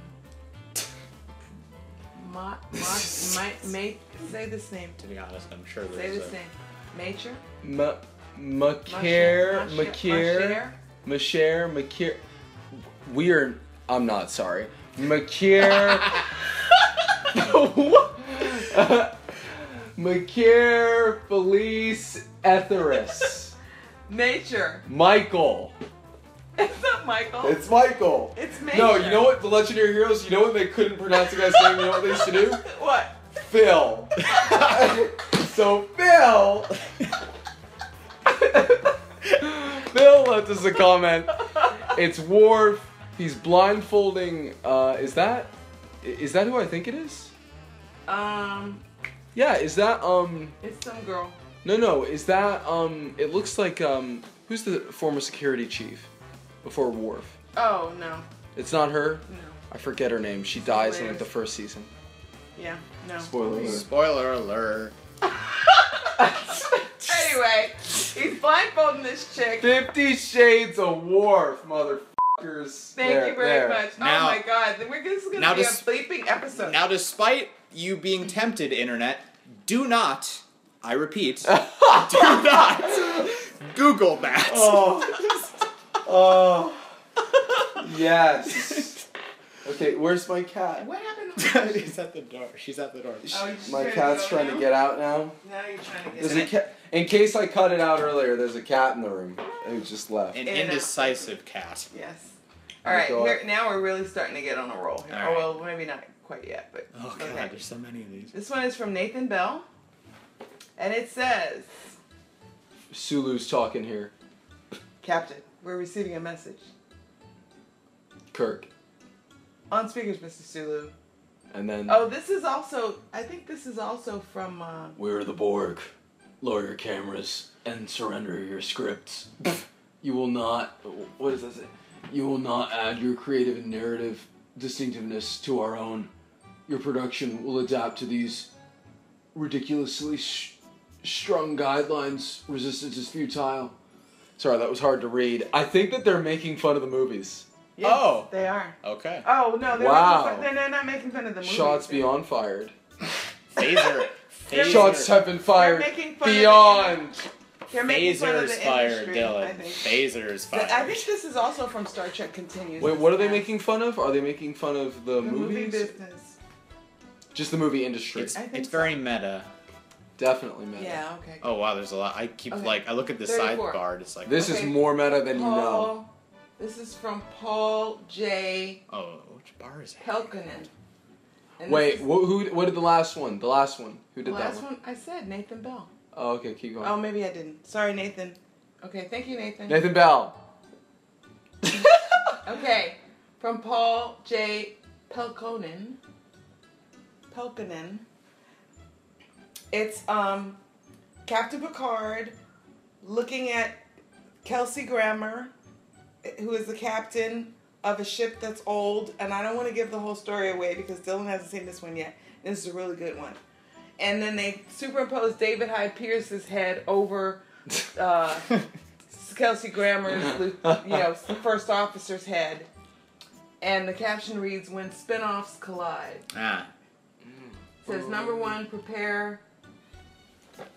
[SPEAKER 1] Ma, ma,
[SPEAKER 3] [LAUGHS]
[SPEAKER 1] might, may, say this name.
[SPEAKER 4] [LAUGHS] To be honest, I'm sure
[SPEAKER 1] Say
[SPEAKER 4] there's
[SPEAKER 1] this
[SPEAKER 4] a.
[SPEAKER 1] name. Mature?
[SPEAKER 3] [LAUGHS] Ma- Macaire, Macaire, Machair, Macaire. We are. I'm not sorry. Macaire. [LAUGHS] Macaire Felice Etheris.
[SPEAKER 1] Nature. [LAUGHS]
[SPEAKER 3] Michael.
[SPEAKER 1] It's not Michael. It's,
[SPEAKER 3] It's Michael.
[SPEAKER 1] Mature.
[SPEAKER 3] No, you know what? The legendary heroes. You know what they couldn't pronounce the guy's name. You know what they used to do?
[SPEAKER 1] What?
[SPEAKER 3] Phil. [LAUGHS] so Phil. [LAUGHS] Phil left us a comment. It's Worf. He's blindfolding. Uh, is that? i- Is that who I think it is?
[SPEAKER 1] Um,
[SPEAKER 3] Yeah. Is that um?
[SPEAKER 1] it's some girl.
[SPEAKER 3] No, no. Is that um? It looks like um. Who's the former security chief before Worf?
[SPEAKER 1] Oh no,
[SPEAKER 3] It's not her.
[SPEAKER 1] no,
[SPEAKER 3] I forget her name. She dies in like the
[SPEAKER 1] Spoilers.
[SPEAKER 3] first season.
[SPEAKER 1] yeah, no.
[SPEAKER 3] Spoilers.
[SPEAKER 4] Spoiler alert.
[SPEAKER 1] Anyway, he's blindfolding this chick.
[SPEAKER 3] Fifty Shades of Worf, motherfuckers.
[SPEAKER 1] Thank
[SPEAKER 3] There,
[SPEAKER 1] you very
[SPEAKER 3] there.
[SPEAKER 1] much.
[SPEAKER 4] Now-
[SPEAKER 1] oh my god, then we're this is gonna
[SPEAKER 4] now
[SPEAKER 1] be
[SPEAKER 4] just-
[SPEAKER 1] a bleeping episode.
[SPEAKER 4] Now, despite you being tempted, internet, do not.
[SPEAKER 1] [LAUGHS]
[SPEAKER 4] I repeat, do not Google that.
[SPEAKER 3] Oh. [LAUGHS] oh. Yes. Okay, where's my cat?
[SPEAKER 1] what happened?
[SPEAKER 3] [LAUGHS]
[SPEAKER 1] To my
[SPEAKER 4] [LAUGHS] She's at the door. She's at the door.
[SPEAKER 1] Oh, you just
[SPEAKER 3] My
[SPEAKER 1] trying to
[SPEAKER 3] cat's
[SPEAKER 1] go
[SPEAKER 3] trying
[SPEAKER 1] now?
[SPEAKER 3] to get out now.
[SPEAKER 1] Now you're trying to
[SPEAKER 3] There's
[SPEAKER 1] get
[SPEAKER 3] a
[SPEAKER 1] it.
[SPEAKER 3] cat. In case I cut it out earlier, there's a cat in the room who just left.
[SPEAKER 4] An
[SPEAKER 1] In-
[SPEAKER 4] indecisive cat.
[SPEAKER 1] Yes. All right.
[SPEAKER 3] Oh God.
[SPEAKER 1] Here, now we're really starting to get on a roll. Here.
[SPEAKER 4] All
[SPEAKER 1] Oh
[SPEAKER 4] right.
[SPEAKER 1] well, maybe not quite yet, but
[SPEAKER 4] Oh god,
[SPEAKER 1] okay.
[SPEAKER 4] there's so many of these.
[SPEAKER 1] This one is from Nathan Bell, and it says,
[SPEAKER 3] Sulu's talking here.
[SPEAKER 1] "Captain, we're receiving a message
[SPEAKER 3] Kirk.
[SPEAKER 1] on speakers, Mr. Sulu.
[SPEAKER 3] And then
[SPEAKER 1] Oh, this is also. I think this is also from. Uh,
[SPEAKER 3] We're the Borg. Lower your cameras and surrender your scripts. you will not. What does that say? You will not add your creative and narrative distinctiveness to our own. Your production will adapt to these ridiculously sh- strong guidelines. Resistance is futile. Sorry, that was hard to read. I think that they're making fun of the movies.
[SPEAKER 1] Yes,
[SPEAKER 3] Oh.
[SPEAKER 1] They are.
[SPEAKER 4] Okay.
[SPEAKER 1] Oh, no. They're,
[SPEAKER 3] Wow.
[SPEAKER 1] making fun, they're not making fun of the movie.
[SPEAKER 3] Shots beyond fired.
[SPEAKER 1] [LAUGHS]
[SPEAKER 4] Phaser.
[SPEAKER 1] They're
[SPEAKER 4] phaser-
[SPEAKER 3] Shots have been fired
[SPEAKER 1] making fun of the-
[SPEAKER 3] beyond.
[SPEAKER 1] They're making fun of
[SPEAKER 4] Phaser's
[SPEAKER 1] the
[SPEAKER 4] fired,
[SPEAKER 1] industry, I
[SPEAKER 4] Dylan.
[SPEAKER 1] think.
[SPEAKER 4] Phaser's
[SPEAKER 1] Th- I
[SPEAKER 4] fired.
[SPEAKER 1] think this is also from Star Trek Continues.
[SPEAKER 3] Wait, what are they making fun of? Are they making fun of the,
[SPEAKER 1] The movie
[SPEAKER 3] movies?
[SPEAKER 1] business.
[SPEAKER 3] Just the movie industry.
[SPEAKER 4] It's,
[SPEAKER 1] I think
[SPEAKER 4] it's
[SPEAKER 1] so.
[SPEAKER 4] very meta.
[SPEAKER 3] Definitely meta.
[SPEAKER 1] Yeah, okay.
[SPEAKER 4] Oh wow, there's a lot. I keep
[SPEAKER 1] Okay.
[SPEAKER 4] like I look at the
[SPEAKER 1] 34.
[SPEAKER 4] sidebar. and It's like
[SPEAKER 3] This
[SPEAKER 1] Okay.
[SPEAKER 3] is more meta than you know.
[SPEAKER 1] Paul, this is from Paul J.
[SPEAKER 4] oh, which bar is it?
[SPEAKER 1] Pelkinen. And
[SPEAKER 3] Wait,
[SPEAKER 1] this is-
[SPEAKER 3] wh- who? What did the last one? The last one. Who
[SPEAKER 1] the
[SPEAKER 3] did
[SPEAKER 1] Oh. last
[SPEAKER 3] that one?
[SPEAKER 1] one I said Nathan Bell.
[SPEAKER 3] Oh, okay, keep going.
[SPEAKER 1] Oh, maybe I didn't. Sorry, Nathan. Okay, thank you,
[SPEAKER 3] Nathan Bell.
[SPEAKER 1] Okay, from Paul J. Pelkonen. Pelkonen. It's um, Captain Picard looking at Kelsey Grammer, who is the captain of a ship that's old. And I don't want to give the whole story away because Dylan hasn't seen this one yet. This is a really good one. And then they superimpose David Hyde Pierce's head over. Uh, Kelsey Grammer's, Lu- you know, first officer's head. And the caption reads, "When spinoffs collide."
[SPEAKER 4] [LAUGHS] Ah,
[SPEAKER 1] It says number one, prepare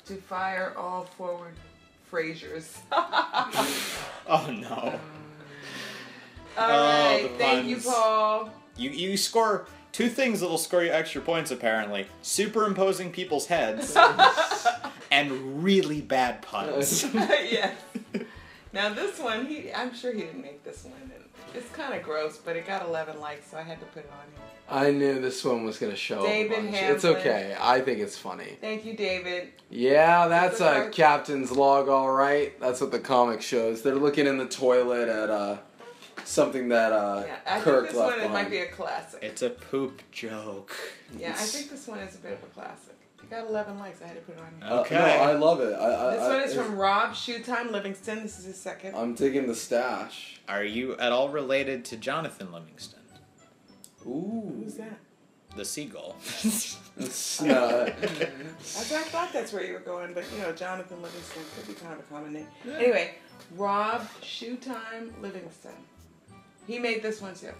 [SPEAKER 1] to fire all forward Frasers. [LAUGHS]
[SPEAKER 4] oh no.
[SPEAKER 1] all
[SPEAKER 4] Oh,
[SPEAKER 1] right,
[SPEAKER 4] the
[SPEAKER 1] thank you,
[SPEAKER 4] puns.
[SPEAKER 1] Paul. [LAUGHS]
[SPEAKER 4] You you score two things that'll score you extra points apparently: superimposing
[SPEAKER 1] [LAUGHS]
[SPEAKER 4] people's heads and really bad puns.
[SPEAKER 1] yes. Now this one, he, I'm sure he didn't make this one. And it's kind of gross, but it got 11 likes, so I had to put it on here.
[SPEAKER 3] I knew this one was gonna show. up a
[SPEAKER 1] David
[SPEAKER 3] bunch. It's
[SPEAKER 1] Hamlin.
[SPEAKER 3] okay. I think it's funny.
[SPEAKER 1] Thank you, David.
[SPEAKER 3] Yeah, that's
[SPEAKER 1] Look at
[SPEAKER 3] a
[SPEAKER 1] our-
[SPEAKER 3] captain's log, all right. That's what the comic shows. They're looking in the toilet at uh, something that uh,
[SPEAKER 1] Yeah, I
[SPEAKER 3] Kirk
[SPEAKER 1] think this
[SPEAKER 3] left
[SPEAKER 1] one it
[SPEAKER 3] behind.
[SPEAKER 1] might be a classic.
[SPEAKER 4] it's a poop joke.
[SPEAKER 1] Yeah, I think this one is a bit of a classic. It got 11 likes. I had to put it on here.
[SPEAKER 3] Uh,
[SPEAKER 4] Okay.
[SPEAKER 3] no, I love it. I, I,
[SPEAKER 1] this
[SPEAKER 3] I-
[SPEAKER 1] one is
[SPEAKER 3] it's-
[SPEAKER 1] from Rob Shoetime Livingston. This is his second.
[SPEAKER 3] I'm digging the stash.
[SPEAKER 4] Are you at all related to Jonathan Livingston,
[SPEAKER 3] Ooh.
[SPEAKER 1] Who's that?
[SPEAKER 4] the seagull?
[SPEAKER 1] [LAUGHS]
[SPEAKER 4] [LAUGHS]
[SPEAKER 3] It's, uh,
[SPEAKER 1] I thought, I thought that's where you were going, but you know, Jonathan Livingston could be kind of a common name. Anyway, Rob Shoetime Livingston. He made this one too.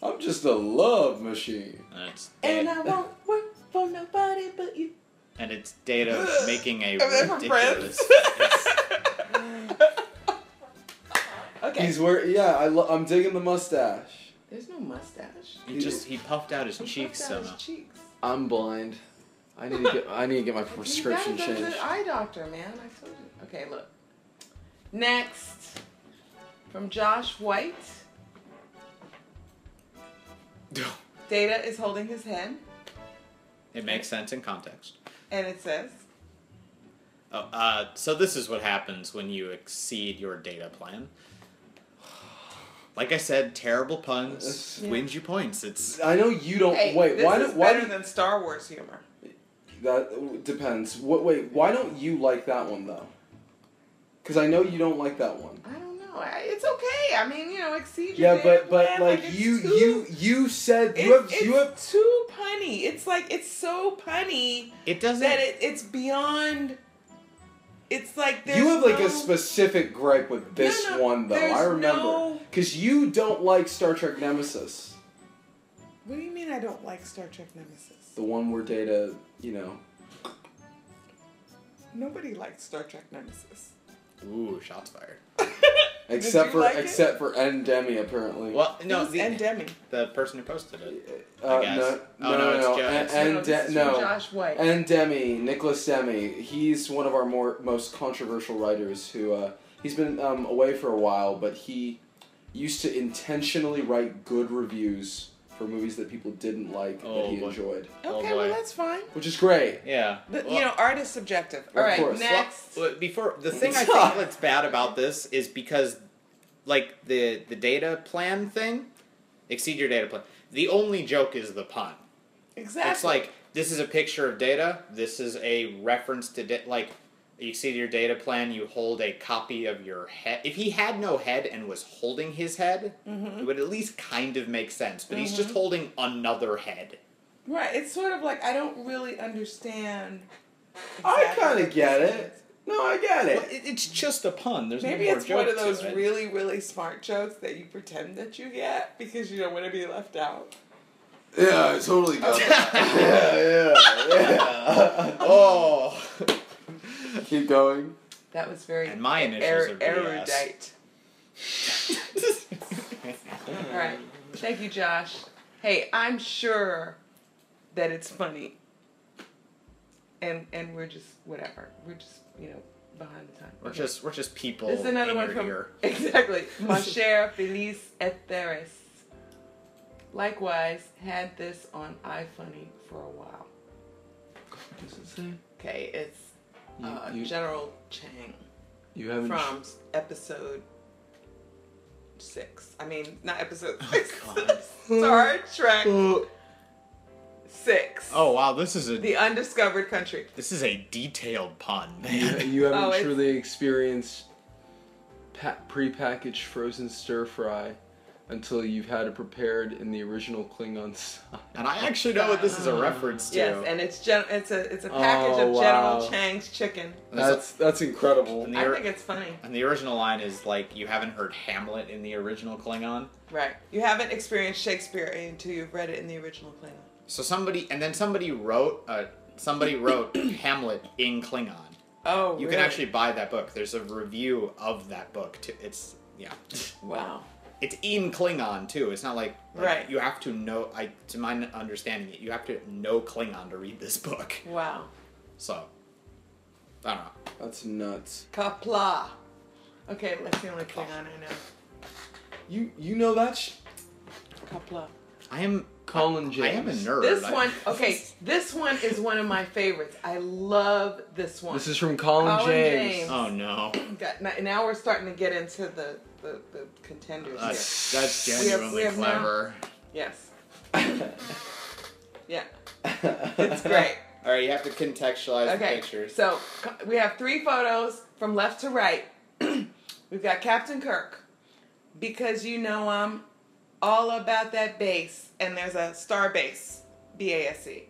[SPEAKER 3] I'm just a love machine.
[SPEAKER 4] That's
[SPEAKER 1] And I
[SPEAKER 4] Data-
[SPEAKER 1] won't work for nobody but you.
[SPEAKER 4] and it's
[SPEAKER 1] [LAUGHS]
[SPEAKER 4] data making a
[SPEAKER 1] Am I from [LAUGHS]
[SPEAKER 4] ridiculous.
[SPEAKER 1] Okay.
[SPEAKER 3] He's where? Yeah, I lo- I'm digging the mustache.
[SPEAKER 1] There's no mustache.
[SPEAKER 4] he just he puffed out his cheeks
[SPEAKER 1] Puffed out his
[SPEAKER 4] somehow.
[SPEAKER 1] cheeks.
[SPEAKER 3] I'm blind. I need to get. I need to get my prescription
[SPEAKER 1] you gotta go to
[SPEAKER 3] changed.
[SPEAKER 1] the eye doctor, man. I told you. Okay, look. Next, from Josh White. Data is holding his head,
[SPEAKER 4] It makes sense in context.
[SPEAKER 1] and it says,
[SPEAKER 4] Oh, uh, so this is what happens when you exceed your data plan. Like I said, terrible puns
[SPEAKER 1] Yeah.
[SPEAKER 4] wins you points. It's
[SPEAKER 3] I know you don't.
[SPEAKER 1] "Hey,
[SPEAKER 3] Oh, wait,
[SPEAKER 1] this
[SPEAKER 3] why?
[SPEAKER 1] is
[SPEAKER 3] Do, why?
[SPEAKER 1] better
[SPEAKER 3] Do,
[SPEAKER 1] than Star Wars humor."
[SPEAKER 3] that depends. What? Wait, why don't you like that one though? Because I know you don't like that one.
[SPEAKER 1] I don't know. I, it's okay. I mean, you know, exceed your
[SPEAKER 3] Yeah, but
[SPEAKER 1] data
[SPEAKER 3] but
[SPEAKER 1] plan,
[SPEAKER 3] like
[SPEAKER 1] it's
[SPEAKER 3] you
[SPEAKER 1] too-
[SPEAKER 3] you you said
[SPEAKER 1] It's,
[SPEAKER 3] you have
[SPEAKER 1] it's
[SPEAKER 3] you have.
[SPEAKER 1] too punny. It's like it's so punny
[SPEAKER 4] it doesn't.
[SPEAKER 1] that it, it's beyond. It's like there's
[SPEAKER 3] You have like
[SPEAKER 1] no-
[SPEAKER 3] a specific gripe with this
[SPEAKER 1] no,
[SPEAKER 3] one though. I
[SPEAKER 1] there's
[SPEAKER 3] remember
[SPEAKER 1] no-
[SPEAKER 3] because you don't like Star Trek Nemesis,
[SPEAKER 1] What do you mean I don't like Star Trek Nemesis?
[SPEAKER 3] the one where Data, you know,
[SPEAKER 1] Nobody likes Star Trek
[SPEAKER 2] [LAUGHS]
[SPEAKER 1] Nemesis.
[SPEAKER 4] Ooh, shots fired.
[SPEAKER 1] Did
[SPEAKER 3] except
[SPEAKER 1] you
[SPEAKER 3] for
[SPEAKER 1] like it?
[SPEAKER 3] except for Endemi apparently.
[SPEAKER 4] Well, no,
[SPEAKER 1] Who's
[SPEAKER 4] the,
[SPEAKER 1] and Demi.
[SPEAKER 4] the person who posted it.
[SPEAKER 3] Uh,
[SPEAKER 4] I guess.
[SPEAKER 3] No,
[SPEAKER 4] Oh,
[SPEAKER 3] no,
[SPEAKER 4] no, it's
[SPEAKER 3] no,
[SPEAKER 4] Joe.
[SPEAKER 3] And,
[SPEAKER 4] It's-
[SPEAKER 3] and
[SPEAKER 2] uh,
[SPEAKER 1] no, this
[SPEAKER 3] De-
[SPEAKER 1] is
[SPEAKER 3] no.
[SPEAKER 1] from Josh White.
[SPEAKER 3] And Demi, Nicholas Demi. He's one of our more most controversial writers who uh, he's been um, away for a while, but he used to intentionally write good reviews for movies that people didn't like
[SPEAKER 4] Oh,
[SPEAKER 3] that he
[SPEAKER 4] boy.
[SPEAKER 3] enjoyed,
[SPEAKER 4] Oh,
[SPEAKER 1] okay,
[SPEAKER 4] boy.
[SPEAKER 1] well that's fine.
[SPEAKER 3] which is great.
[SPEAKER 4] Yeah.
[SPEAKER 1] But,
[SPEAKER 4] Well-
[SPEAKER 1] you know, art is subjective.
[SPEAKER 3] Of
[SPEAKER 1] All right,
[SPEAKER 3] course.
[SPEAKER 4] Well,
[SPEAKER 1] next.
[SPEAKER 4] well, before the
[SPEAKER 1] [LAUGHS]
[SPEAKER 4] thing I think that's bad about this is because, like the the data plan thing, exceed your data plan. The only joke is the pun.
[SPEAKER 1] exactly.
[SPEAKER 4] It's like this is a picture of data. This is a reference to da- like you exceed your data plan. You hold a copy of your head. If he had no head and was holding
[SPEAKER 1] Mm-hmm.
[SPEAKER 4] his head, it would at least kind of make sense. But he's just holding another head.
[SPEAKER 1] Right. It's sort of like I don't really understand.
[SPEAKER 3] I
[SPEAKER 1] exactly
[SPEAKER 3] kind
[SPEAKER 1] what
[SPEAKER 3] of get
[SPEAKER 1] this
[SPEAKER 3] it.
[SPEAKER 1] means.
[SPEAKER 3] No, I get
[SPEAKER 2] Well,
[SPEAKER 3] it.
[SPEAKER 2] it- it's just a pun. There's
[SPEAKER 1] Maybe
[SPEAKER 2] no more
[SPEAKER 1] it's one
[SPEAKER 2] joke
[SPEAKER 1] of those
[SPEAKER 2] to it.
[SPEAKER 1] really, really smart jokes that you pretend that you get because you don't want to be left out.
[SPEAKER 3] Yeah, I totally got it. yeah, yeah,
[SPEAKER 4] Oh.
[SPEAKER 1] [LAUGHS]
[SPEAKER 3] yeah. Keep going.
[SPEAKER 1] That was very
[SPEAKER 2] And my initials
[SPEAKER 1] er-
[SPEAKER 2] are BS.
[SPEAKER 1] erudite.
[SPEAKER 2] [LAUGHS]
[SPEAKER 1] All right. Thank you, Josh. Hey, I'm sure that it's funny. And and we're just whatever. We're just, you know, behind the time.
[SPEAKER 4] We're
[SPEAKER 1] Okay.
[SPEAKER 4] just we're just people.
[SPEAKER 1] This is another
[SPEAKER 4] in
[SPEAKER 1] one
[SPEAKER 4] your
[SPEAKER 1] from
[SPEAKER 4] ear.
[SPEAKER 1] [LAUGHS] Exactly. My share Felice Etheres. Likewise, had this on iFunny for a while.
[SPEAKER 3] Does it say?
[SPEAKER 1] Okay, it's
[SPEAKER 3] You,
[SPEAKER 1] uh,
[SPEAKER 3] you,
[SPEAKER 1] General Chang.
[SPEAKER 3] you haven't.
[SPEAKER 1] from episode six. I mean, not episode
[SPEAKER 4] Oh,
[SPEAKER 1] six. [LAUGHS] Star Trek
[SPEAKER 3] Oh,
[SPEAKER 1] six.
[SPEAKER 4] Oh wow, this is a
[SPEAKER 1] The undiscovered country.
[SPEAKER 4] this is a detailed pun,
[SPEAKER 3] you,
[SPEAKER 4] man.
[SPEAKER 3] you haven't
[SPEAKER 1] Oh, it's-
[SPEAKER 3] truly experienced pa- prepackaged frozen stir fry until you've had it prepared in the original Klingon style.
[SPEAKER 4] And I actually know what this is a reference to.
[SPEAKER 1] Uh, Yes, and it's gen- it's a it's a package
[SPEAKER 3] Oh,
[SPEAKER 1] of
[SPEAKER 3] wow.
[SPEAKER 1] General Chang's chicken.
[SPEAKER 3] That's that's incredible.
[SPEAKER 4] and, the
[SPEAKER 1] I
[SPEAKER 4] or-
[SPEAKER 1] think it's funny.
[SPEAKER 4] and the original line is like, "You haven't heard Hamlet in the original Klingon."
[SPEAKER 1] Right. You haven't experienced Shakespeare until you've read it in the original Klingon.
[SPEAKER 4] So somebody, and then somebody wrote, uh,
[SPEAKER 1] [COUGHS]
[SPEAKER 4] somebody wrote Hamlet in Klingon.
[SPEAKER 1] Oh,
[SPEAKER 4] You can
[SPEAKER 1] really?
[SPEAKER 4] actually buy that book. There's a review of that book. Too. It's yeah,
[SPEAKER 1] Wow.
[SPEAKER 4] it's in Klingon too. It's not like, like,
[SPEAKER 1] Right.
[SPEAKER 4] You have to know. I to my understanding, it you have to know Klingon to read this [LAUGHS] book.
[SPEAKER 1] Wow.
[SPEAKER 4] So I don't know.
[SPEAKER 3] That's nuts.
[SPEAKER 1] Kapla. Okay, that's the only Klingon I know.
[SPEAKER 3] You you know that sh-
[SPEAKER 1] Kapla.
[SPEAKER 4] I am
[SPEAKER 3] Colin
[SPEAKER 4] I am a
[SPEAKER 3] James.
[SPEAKER 4] nerd.
[SPEAKER 1] This
[SPEAKER 4] I- [LAUGHS]
[SPEAKER 1] one, okay, this one is one of my favorites. I love this one.
[SPEAKER 3] This is from Colin,
[SPEAKER 1] Colin
[SPEAKER 3] James.
[SPEAKER 1] James.
[SPEAKER 4] Oh no,
[SPEAKER 1] Got- n- now we're starting to get into the, the, the contenders here.
[SPEAKER 4] that's that's
[SPEAKER 1] have- we
[SPEAKER 4] genuinely
[SPEAKER 1] have now-
[SPEAKER 4] clever.
[SPEAKER 1] Yes. yeah, it's great.
[SPEAKER 4] All right, you have to contextualize the
[SPEAKER 1] Okay,
[SPEAKER 4] pictures.
[SPEAKER 1] so c- we have three photos from left to right. [CLEARS THROAT] We've got Captain Kirk, because you know I'm all about that bass, and there's a star base, B A S E,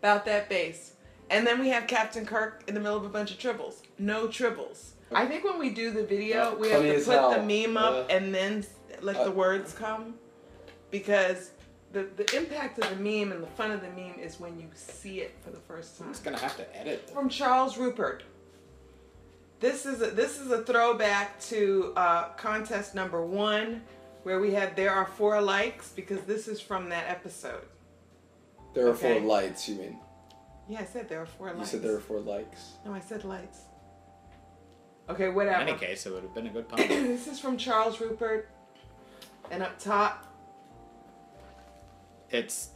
[SPEAKER 1] about that bass. And then we have Captain Kirk in the middle of a bunch of tribbles. No tribbles. I think when we do the video, we have
[SPEAKER 3] Funny
[SPEAKER 1] to
[SPEAKER 3] as
[SPEAKER 1] put the
[SPEAKER 3] hell. Uh,
[SPEAKER 1] meme up
[SPEAKER 3] Yeah.
[SPEAKER 1] and then let the words come, because the the impact of the meme and the fun of the meme is when you see it for the first time
[SPEAKER 4] I'm just gonna have to edit. This.
[SPEAKER 1] from Charles Rupert. This is a, this is a throwback to uh, contest number one, where we had there are four likes because this is from that episode.
[SPEAKER 3] There are
[SPEAKER 1] Okay.
[SPEAKER 3] four lights. You mean?
[SPEAKER 1] Yeah, I said there are four
[SPEAKER 3] You
[SPEAKER 1] likes.
[SPEAKER 3] said there were four likes.
[SPEAKER 1] No, I said lights. Okay,
[SPEAKER 4] In
[SPEAKER 1] whatever.
[SPEAKER 4] any case, it would have been a good pun.
[SPEAKER 1] [CLEARS THROAT] this is from Charles Rupert, and up top,
[SPEAKER 4] It's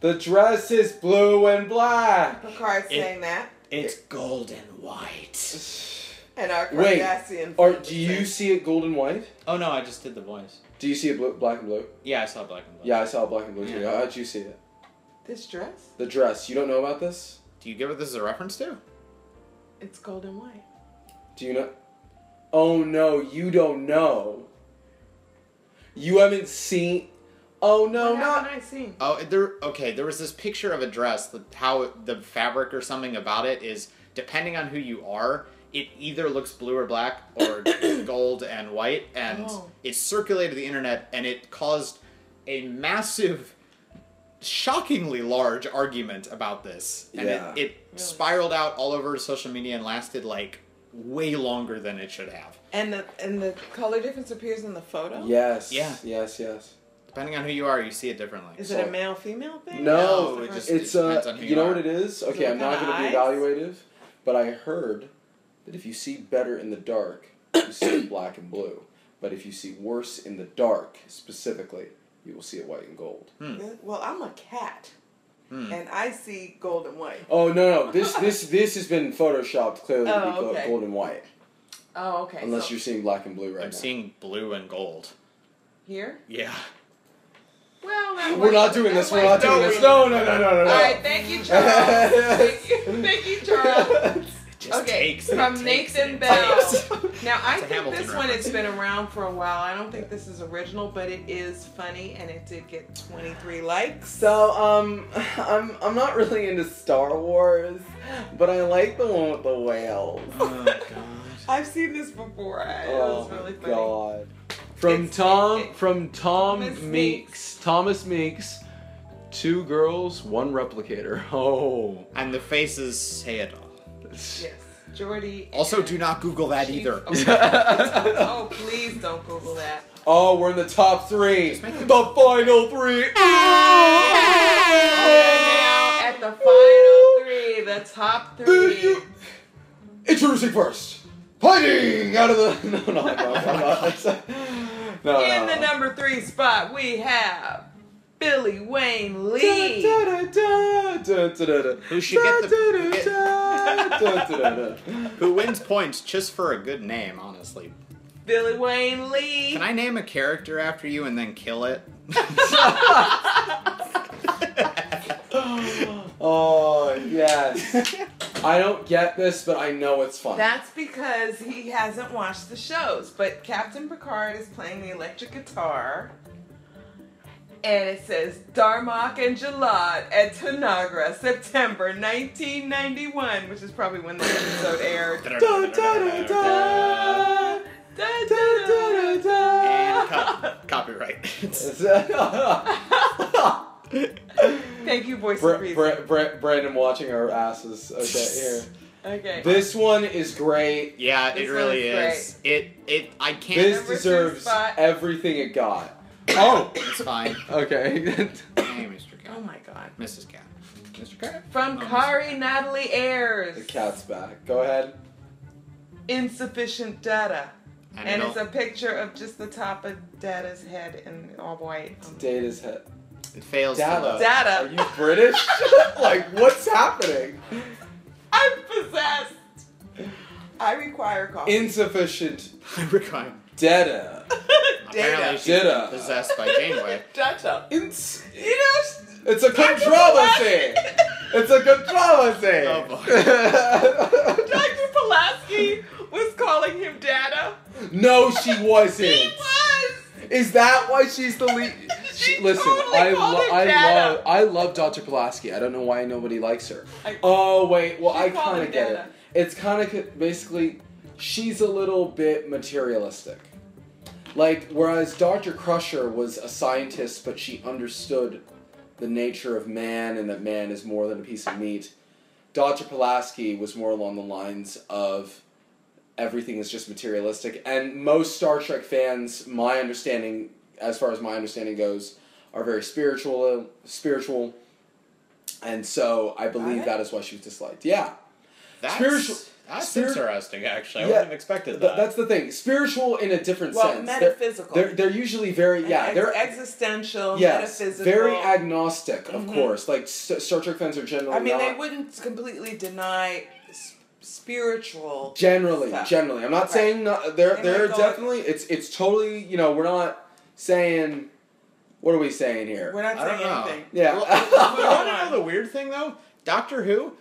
[SPEAKER 3] The dress is blue and black.
[SPEAKER 1] Picard saying that,
[SPEAKER 4] it's gold and white.
[SPEAKER 1] and our
[SPEAKER 3] Wait,
[SPEAKER 1] Cardassian.
[SPEAKER 3] Or
[SPEAKER 1] friend
[SPEAKER 3] do
[SPEAKER 1] is
[SPEAKER 3] you
[SPEAKER 1] saying-
[SPEAKER 3] see it gold and white?
[SPEAKER 4] Oh no, I just did the voice.
[SPEAKER 3] Do you see it blue, black and blue?
[SPEAKER 4] Yeah, I saw black and black.
[SPEAKER 3] Yeah, I saw black and blue too.
[SPEAKER 4] Yeah.
[SPEAKER 3] How'd you see it?
[SPEAKER 1] this dress?
[SPEAKER 3] The dress. You don't know about this?
[SPEAKER 4] Do you get what this is a reference to?
[SPEAKER 1] It's gold and white.
[SPEAKER 3] Do you know? Oh no, you don't know. You haven't seen. Oh no,
[SPEAKER 1] what
[SPEAKER 3] not.
[SPEAKER 1] haven't I seen?
[SPEAKER 4] Oh, there. Okay, there was this picture of a dress. That how it- the fabric or something about it is depending on who you are. It either looks blue or black
[SPEAKER 1] [COUGHS]
[SPEAKER 4] or gold and white, and
[SPEAKER 1] Oh.
[SPEAKER 4] it circulated the internet, and it caused a massive, shockingly large argument about this, and
[SPEAKER 3] Yeah.
[SPEAKER 4] it, it spiraled out all over social media and lasted like way longer than it should have.
[SPEAKER 1] And the and the color difference appears in the photo.
[SPEAKER 3] Yes.
[SPEAKER 4] Yeah.
[SPEAKER 3] Yes. Yes.
[SPEAKER 4] Depending on who you are, you see it differently.
[SPEAKER 1] Is it a male female thing?
[SPEAKER 3] No,
[SPEAKER 4] No,
[SPEAKER 1] Or is
[SPEAKER 4] it
[SPEAKER 1] first-
[SPEAKER 4] just-
[SPEAKER 3] it's
[SPEAKER 4] depends
[SPEAKER 3] uh,
[SPEAKER 4] on who
[SPEAKER 3] you
[SPEAKER 4] you
[SPEAKER 3] know
[SPEAKER 4] are.
[SPEAKER 3] what it is. Okay,
[SPEAKER 1] it
[SPEAKER 3] I'm not
[SPEAKER 1] kinda
[SPEAKER 3] going to be
[SPEAKER 1] eyes?
[SPEAKER 3] evaluative, but I heard that if you see better in the dark, you [COUGHS] see black and blue. But if you see worse in the dark, specifically, you will see it white and gold.
[SPEAKER 1] Well, I'm a cat,
[SPEAKER 3] Hmm.
[SPEAKER 1] and I see gold and white.
[SPEAKER 3] Oh no, no, this this this has been photoshopped clearly to be
[SPEAKER 1] Oh,
[SPEAKER 3] go-
[SPEAKER 1] okay.
[SPEAKER 3] gold and white,
[SPEAKER 1] Oh, okay.
[SPEAKER 3] unless
[SPEAKER 1] so
[SPEAKER 3] you're seeing black and blue right
[SPEAKER 4] I'm
[SPEAKER 3] now.
[SPEAKER 4] seeing blue and gold.
[SPEAKER 1] [LAUGHS] here.
[SPEAKER 4] Yeah.
[SPEAKER 1] Well, that
[SPEAKER 3] we're
[SPEAKER 1] white-
[SPEAKER 3] not doing this.
[SPEAKER 1] that
[SPEAKER 3] We're not
[SPEAKER 1] white-
[SPEAKER 3] doing this. No, no, no, no, no.
[SPEAKER 1] All
[SPEAKER 3] no. [LAUGHS]
[SPEAKER 1] right, thank you, Charles. thank you, thank you, Charles.
[SPEAKER 2] just
[SPEAKER 1] okay,
[SPEAKER 2] takes and
[SPEAKER 1] from
[SPEAKER 2] takes
[SPEAKER 1] Nathan
[SPEAKER 2] and
[SPEAKER 1] Bell.
[SPEAKER 3] [LAUGHS]
[SPEAKER 2] takes.
[SPEAKER 1] Now I
[SPEAKER 4] It's a
[SPEAKER 1] think
[SPEAKER 4] Hamilton
[SPEAKER 1] this one
[SPEAKER 4] reference.
[SPEAKER 1] has been around for a while. I don't think this is original, but it is funny and it did get
[SPEAKER 3] [SIGHS]
[SPEAKER 1] 23 likes.
[SPEAKER 3] So um, [LAUGHS] I'm I'm not really into Star Wars, but I like the one with the whales.
[SPEAKER 4] Oh god.
[SPEAKER 1] I've seen this before. I- It
[SPEAKER 3] Oh
[SPEAKER 1] was really
[SPEAKER 3] my
[SPEAKER 1] funny.
[SPEAKER 3] god! From
[SPEAKER 1] It's-
[SPEAKER 3] Tom,
[SPEAKER 1] it-
[SPEAKER 3] from Tom
[SPEAKER 1] Thomas
[SPEAKER 3] Meeks,
[SPEAKER 1] Meeks.
[SPEAKER 3] Thomas Meeks, two girls, one replicator. [LAUGHS] Oh,
[SPEAKER 4] And the faces say it all.
[SPEAKER 1] Yes, Jordy.
[SPEAKER 4] Also,
[SPEAKER 1] and
[SPEAKER 4] do not Google that
[SPEAKER 1] Chief
[SPEAKER 4] either.
[SPEAKER 1] of-
[SPEAKER 3] [LAUGHS]
[SPEAKER 1] Oh, please don't Google that.
[SPEAKER 3] oh, we're in the top three,
[SPEAKER 4] Just make it-
[SPEAKER 3] the final three.
[SPEAKER 1] Now at the [LAUGHS] final three, the top three.
[SPEAKER 3] Introducing first, hiding out of the [LAUGHS] no no no no no no.
[SPEAKER 1] [LAUGHS] In the
[SPEAKER 3] no.
[SPEAKER 1] number three spot, we have Billy Wayne Lee.
[SPEAKER 3] Who
[SPEAKER 4] Who should get the- [LAUGHS] Who wins points just for a good name, honestly.
[SPEAKER 1] Billy Wayne Lee.
[SPEAKER 4] Can I name a character after you and then kill it? [LAUGHS]
[SPEAKER 3] oh yes. I don't get this, but I know it's fun.
[SPEAKER 1] That's because he hasn't watched the shows. But Captain Picard is playing the electric guitar. And it says Darmok and Jalad at Tanagra, September 1991, which is probably when the episode
[SPEAKER 4] [LAUGHS]
[SPEAKER 1] aired.
[SPEAKER 3] Da, da, da, da.
[SPEAKER 1] Da, da, da, da, da.
[SPEAKER 4] And cop- copyright. [LAUGHS]
[SPEAKER 1] Thank you, voice
[SPEAKER 3] Br-
[SPEAKER 1] of reason.
[SPEAKER 3] Br- Br- Brandon watching our asses. Okay,
[SPEAKER 1] okay.
[SPEAKER 3] here. This one is great.
[SPEAKER 4] yeah, it
[SPEAKER 1] This
[SPEAKER 4] really
[SPEAKER 1] one is
[SPEAKER 4] is. It it I can't.
[SPEAKER 3] This
[SPEAKER 1] Number two
[SPEAKER 3] deserves
[SPEAKER 1] spot.
[SPEAKER 3] everything it got. Oh,
[SPEAKER 4] It's fine.
[SPEAKER 3] okay.
[SPEAKER 4] Hey, Mr.
[SPEAKER 1] oh
[SPEAKER 4] Cat.
[SPEAKER 1] my god.
[SPEAKER 4] Mrs. Cat. Mr. Cat.
[SPEAKER 1] From
[SPEAKER 4] Oh, Mr.
[SPEAKER 1] Kari Natalie
[SPEAKER 3] the
[SPEAKER 1] Ayers.
[SPEAKER 3] cat's back. Go ahead.
[SPEAKER 1] Insufficient data.
[SPEAKER 4] And,
[SPEAKER 1] And it's
[SPEAKER 4] it'll-
[SPEAKER 1] a picture of just the top of Data's head and all white. Um,
[SPEAKER 3] Data's head.
[SPEAKER 4] it fails to
[SPEAKER 3] Data.
[SPEAKER 4] load.
[SPEAKER 3] Are
[SPEAKER 1] Data,
[SPEAKER 3] you British? [LAUGHS] like, what's happening?
[SPEAKER 1] I'm possessed. I require coffee. [LAUGHS]
[SPEAKER 3] Insufficient
[SPEAKER 4] I require.
[SPEAKER 3] data.
[SPEAKER 4] Apparently
[SPEAKER 1] Data.
[SPEAKER 4] she's
[SPEAKER 3] Data.
[SPEAKER 4] possessed by Janeway.
[SPEAKER 1] Data.
[SPEAKER 3] Ins-
[SPEAKER 1] You know,
[SPEAKER 3] it's a controversy.
[SPEAKER 1] [LAUGHS]
[SPEAKER 3] It's a controversy.
[SPEAKER 4] Oh,
[SPEAKER 1] Dr. Pulaski was calling him Data.
[SPEAKER 3] [LAUGHS] no, she
[SPEAKER 1] He
[SPEAKER 3] wasn't.
[SPEAKER 1] was.
[SPEAKER 3] Is that why she's the lead?
[SPEAKER 1] [LAUGHS] She
[SPEAKER 3] listen,
[SPEAKER 1] totally
[SPEAKER 3] I,
[SPEAKER 1] called
[SPEAKER 3] lo-
[SPEAKER 1] her
[SPEAKER 3] I
[SPEAKER 1] Data.
[SPEAKER 3] love, I love Dr. Pulaski. I don't know why nobody likes her.
[SPEAKER 1] I-
[SPEAKER 3] oh wait, well
[SPEAKER 1] She
[SPEAKER 3] I
[SPEAKER 1] called
[SPEAKER 3] kind
[SPEAKER 1] her
[SPEAKER 3] of get it.
[SPEAKER 1] Data.
[SPEAKER 3] It's kind of basically, she's a little bit materialistic. Like whereas Dr. Crusher was a scientist, but she understood the nature of man and that man is more than a piece of meat. Dr. Pulaski was more along the lines of everything is just materialistic. And most Star Trek fans, my understanding, as far as my understanding goes, are very spiritual. Spiritual, and so I believe
[SPEAKER 1] Are they?
[SPEAKER 3] that is why she was disliked. Yeah,
[SPEAKER 4] That's,
[SPEAKER 3] Spiritual-
[SPEAKER 4] that's
[SPEAKER 3] spirit-
[SPEAKER 4] interesting, actually. I
[SPEAKER 3] Yeah,
[SPEAKER 4] wouldn't have expected
[SPEAKER 3] Th-
[SPEAKER 4] that.
[SPEAKER 3] that's the thing. Spiritual in a different
[SPEAKER 1] Well,
[SPEAKER 3] sense. They're-
[SPEAKER 1] metaphysical.
[SPEAKER 3] They're, they're usually very yeah.
[SPEAKER 1] Ex-
[SPEAKER 3] they're
[SPEAKER 1] existential,
[SPEAKER 3] yes,
[SPEAKER 1] metaphysical.
[SPEAKER 3] very agnostic, of
[SPEAKER 1] Mhm.
[SPEAKER 3] course. Like S- Star Trek fans are generally.
[SPEAKER 1] I mean, they
[SPEAKER 3] not-
[SPEAKER 1] wouldn't completely deny s- spiritual.
[SPEAKER 3] Generally,
[SPEAKER 1] stuff.
[SPEAKER 3] generally, I'm not
[SPEAKER 1] Right.
[SPEAKER 3] saying not, there.
[SPEAKER 1] And
[SPEAKER 3] There are
[SPEAKER 1] like all-
[SPEAKER 3] definitely. It's it's totally. You know, we're not saying. What are we saying here?
[SPEAKER 1] We're not
[SPEAKER 4] I don't
[SPEAKER 1] saying
[SPEAKER 4] know.
[SPEAKER 1] anything.
[SPEAKER 3] yeah.
[SPEAKER 4] Well, you want
[SPEAKER 3] [LAUGHS]
[SPEAKER 4] to know the weird thing though? Doctor Who,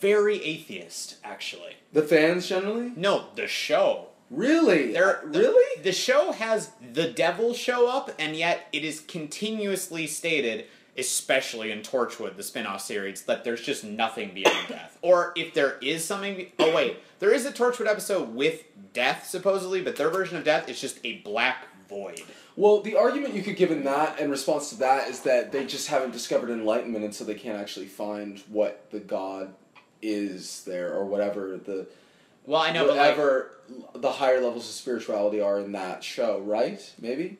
[SPEAKER 4] very atheist actually.
[SPEAKER 3] the fans generally.
[SPEAKER 4] No, the show.
[SPEAKER 3] Really?
[SPEAKER 4] They're,
[SPEAKER 3] Uh,
[SPEAKER 4] the-
[SPEAKER 3] really?
[SPEAKER 4] The show has the devil show up, and yet it is continuously stated, especially in Torchwood, the spin off series, that there's just nothing beyond death. Or if there is something. be- oh, wait. There is a Torchwood episode with death, supposedly, but their version of death is just a black void.
[SPEAKER 3] Well, the argument you could give in that in response to that is that they just haven't discovered enlightenment, and so they can't actually find what the God is there or whatever the
[SPEAKER 4] Well, I know,
[SPEAKER 3] whatever l- the higher levels of spirituality are in that show, right? Maybe.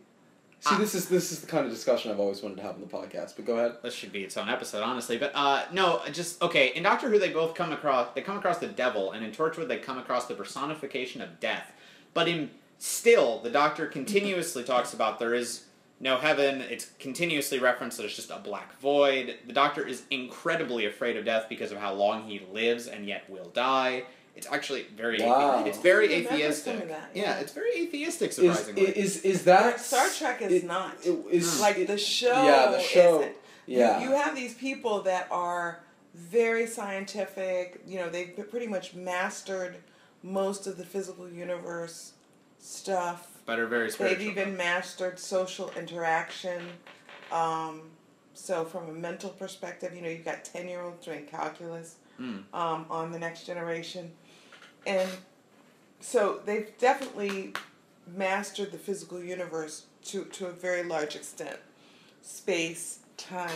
[SPEAKER 3] See,
[SPEAKER 4] Ah.
[SPEAKER 3] this is this is the kind of discussion I've always wanted to have on the podcast. But go ahead.
[SPEAKER 4] this should be its own episode, honestly. But uh, no, just okay. In Doctor Who, they both come across they come across the devil, and in Torchwood, they come across the personification of death. But in still, the Doctor continuously talks about there is no heaven. It's continuously referenced that it's just a black void. The Doctor is incredibly afraid of death because of how long he lives and yet will die. It's actually very
[SPEAKER 3] Wow.
[SPEAKER 4] athe- it's very
[SPEAKER 1] I remember some
[SPEAKER 4] atheistic.
[SPEAKER 1] of that,
[SPEAKER 4] yeah.
[SPEAKER 1] yeah.
[SPEAKER 4] it's very atheistic.
[SPEAKER 3] Is,
[SPEAKER 4] Surprisingly,
[SPEAKER 3] is is that
[SPEAKER 1] Star Trek is
[SPEAKER 3] it-
[SPEAKER 1] not.
[SPEAKER 3] it- is-
[SPEAKER 1] Hmm. like
[SPEAKER 3] it-
[SPEAKER 1] the show.
[SPEAKER 3] Yeah, the show.
[SPEAKER 1] Isn't.
[SPEAKER 3] Yeah.
[SPEAKER 1] You, you have these people that are very scientific. You know, they've pretty much mastered most of the physical universe stuff.
[SPEAKER 4] but are very
[SPEAKER 1] They've
[SPEAKER 4] spiritual.
[SPEAKER 1] even mastered social interaction. Um, so, from a mental perspective, you know, you've got 10 year olds doing calculus
[SPEAKER 4] Hmm.
[SPEAKER 1] um, on the next generation. And so, they've definitely mastered the physical universe to, to a very large extent space, time,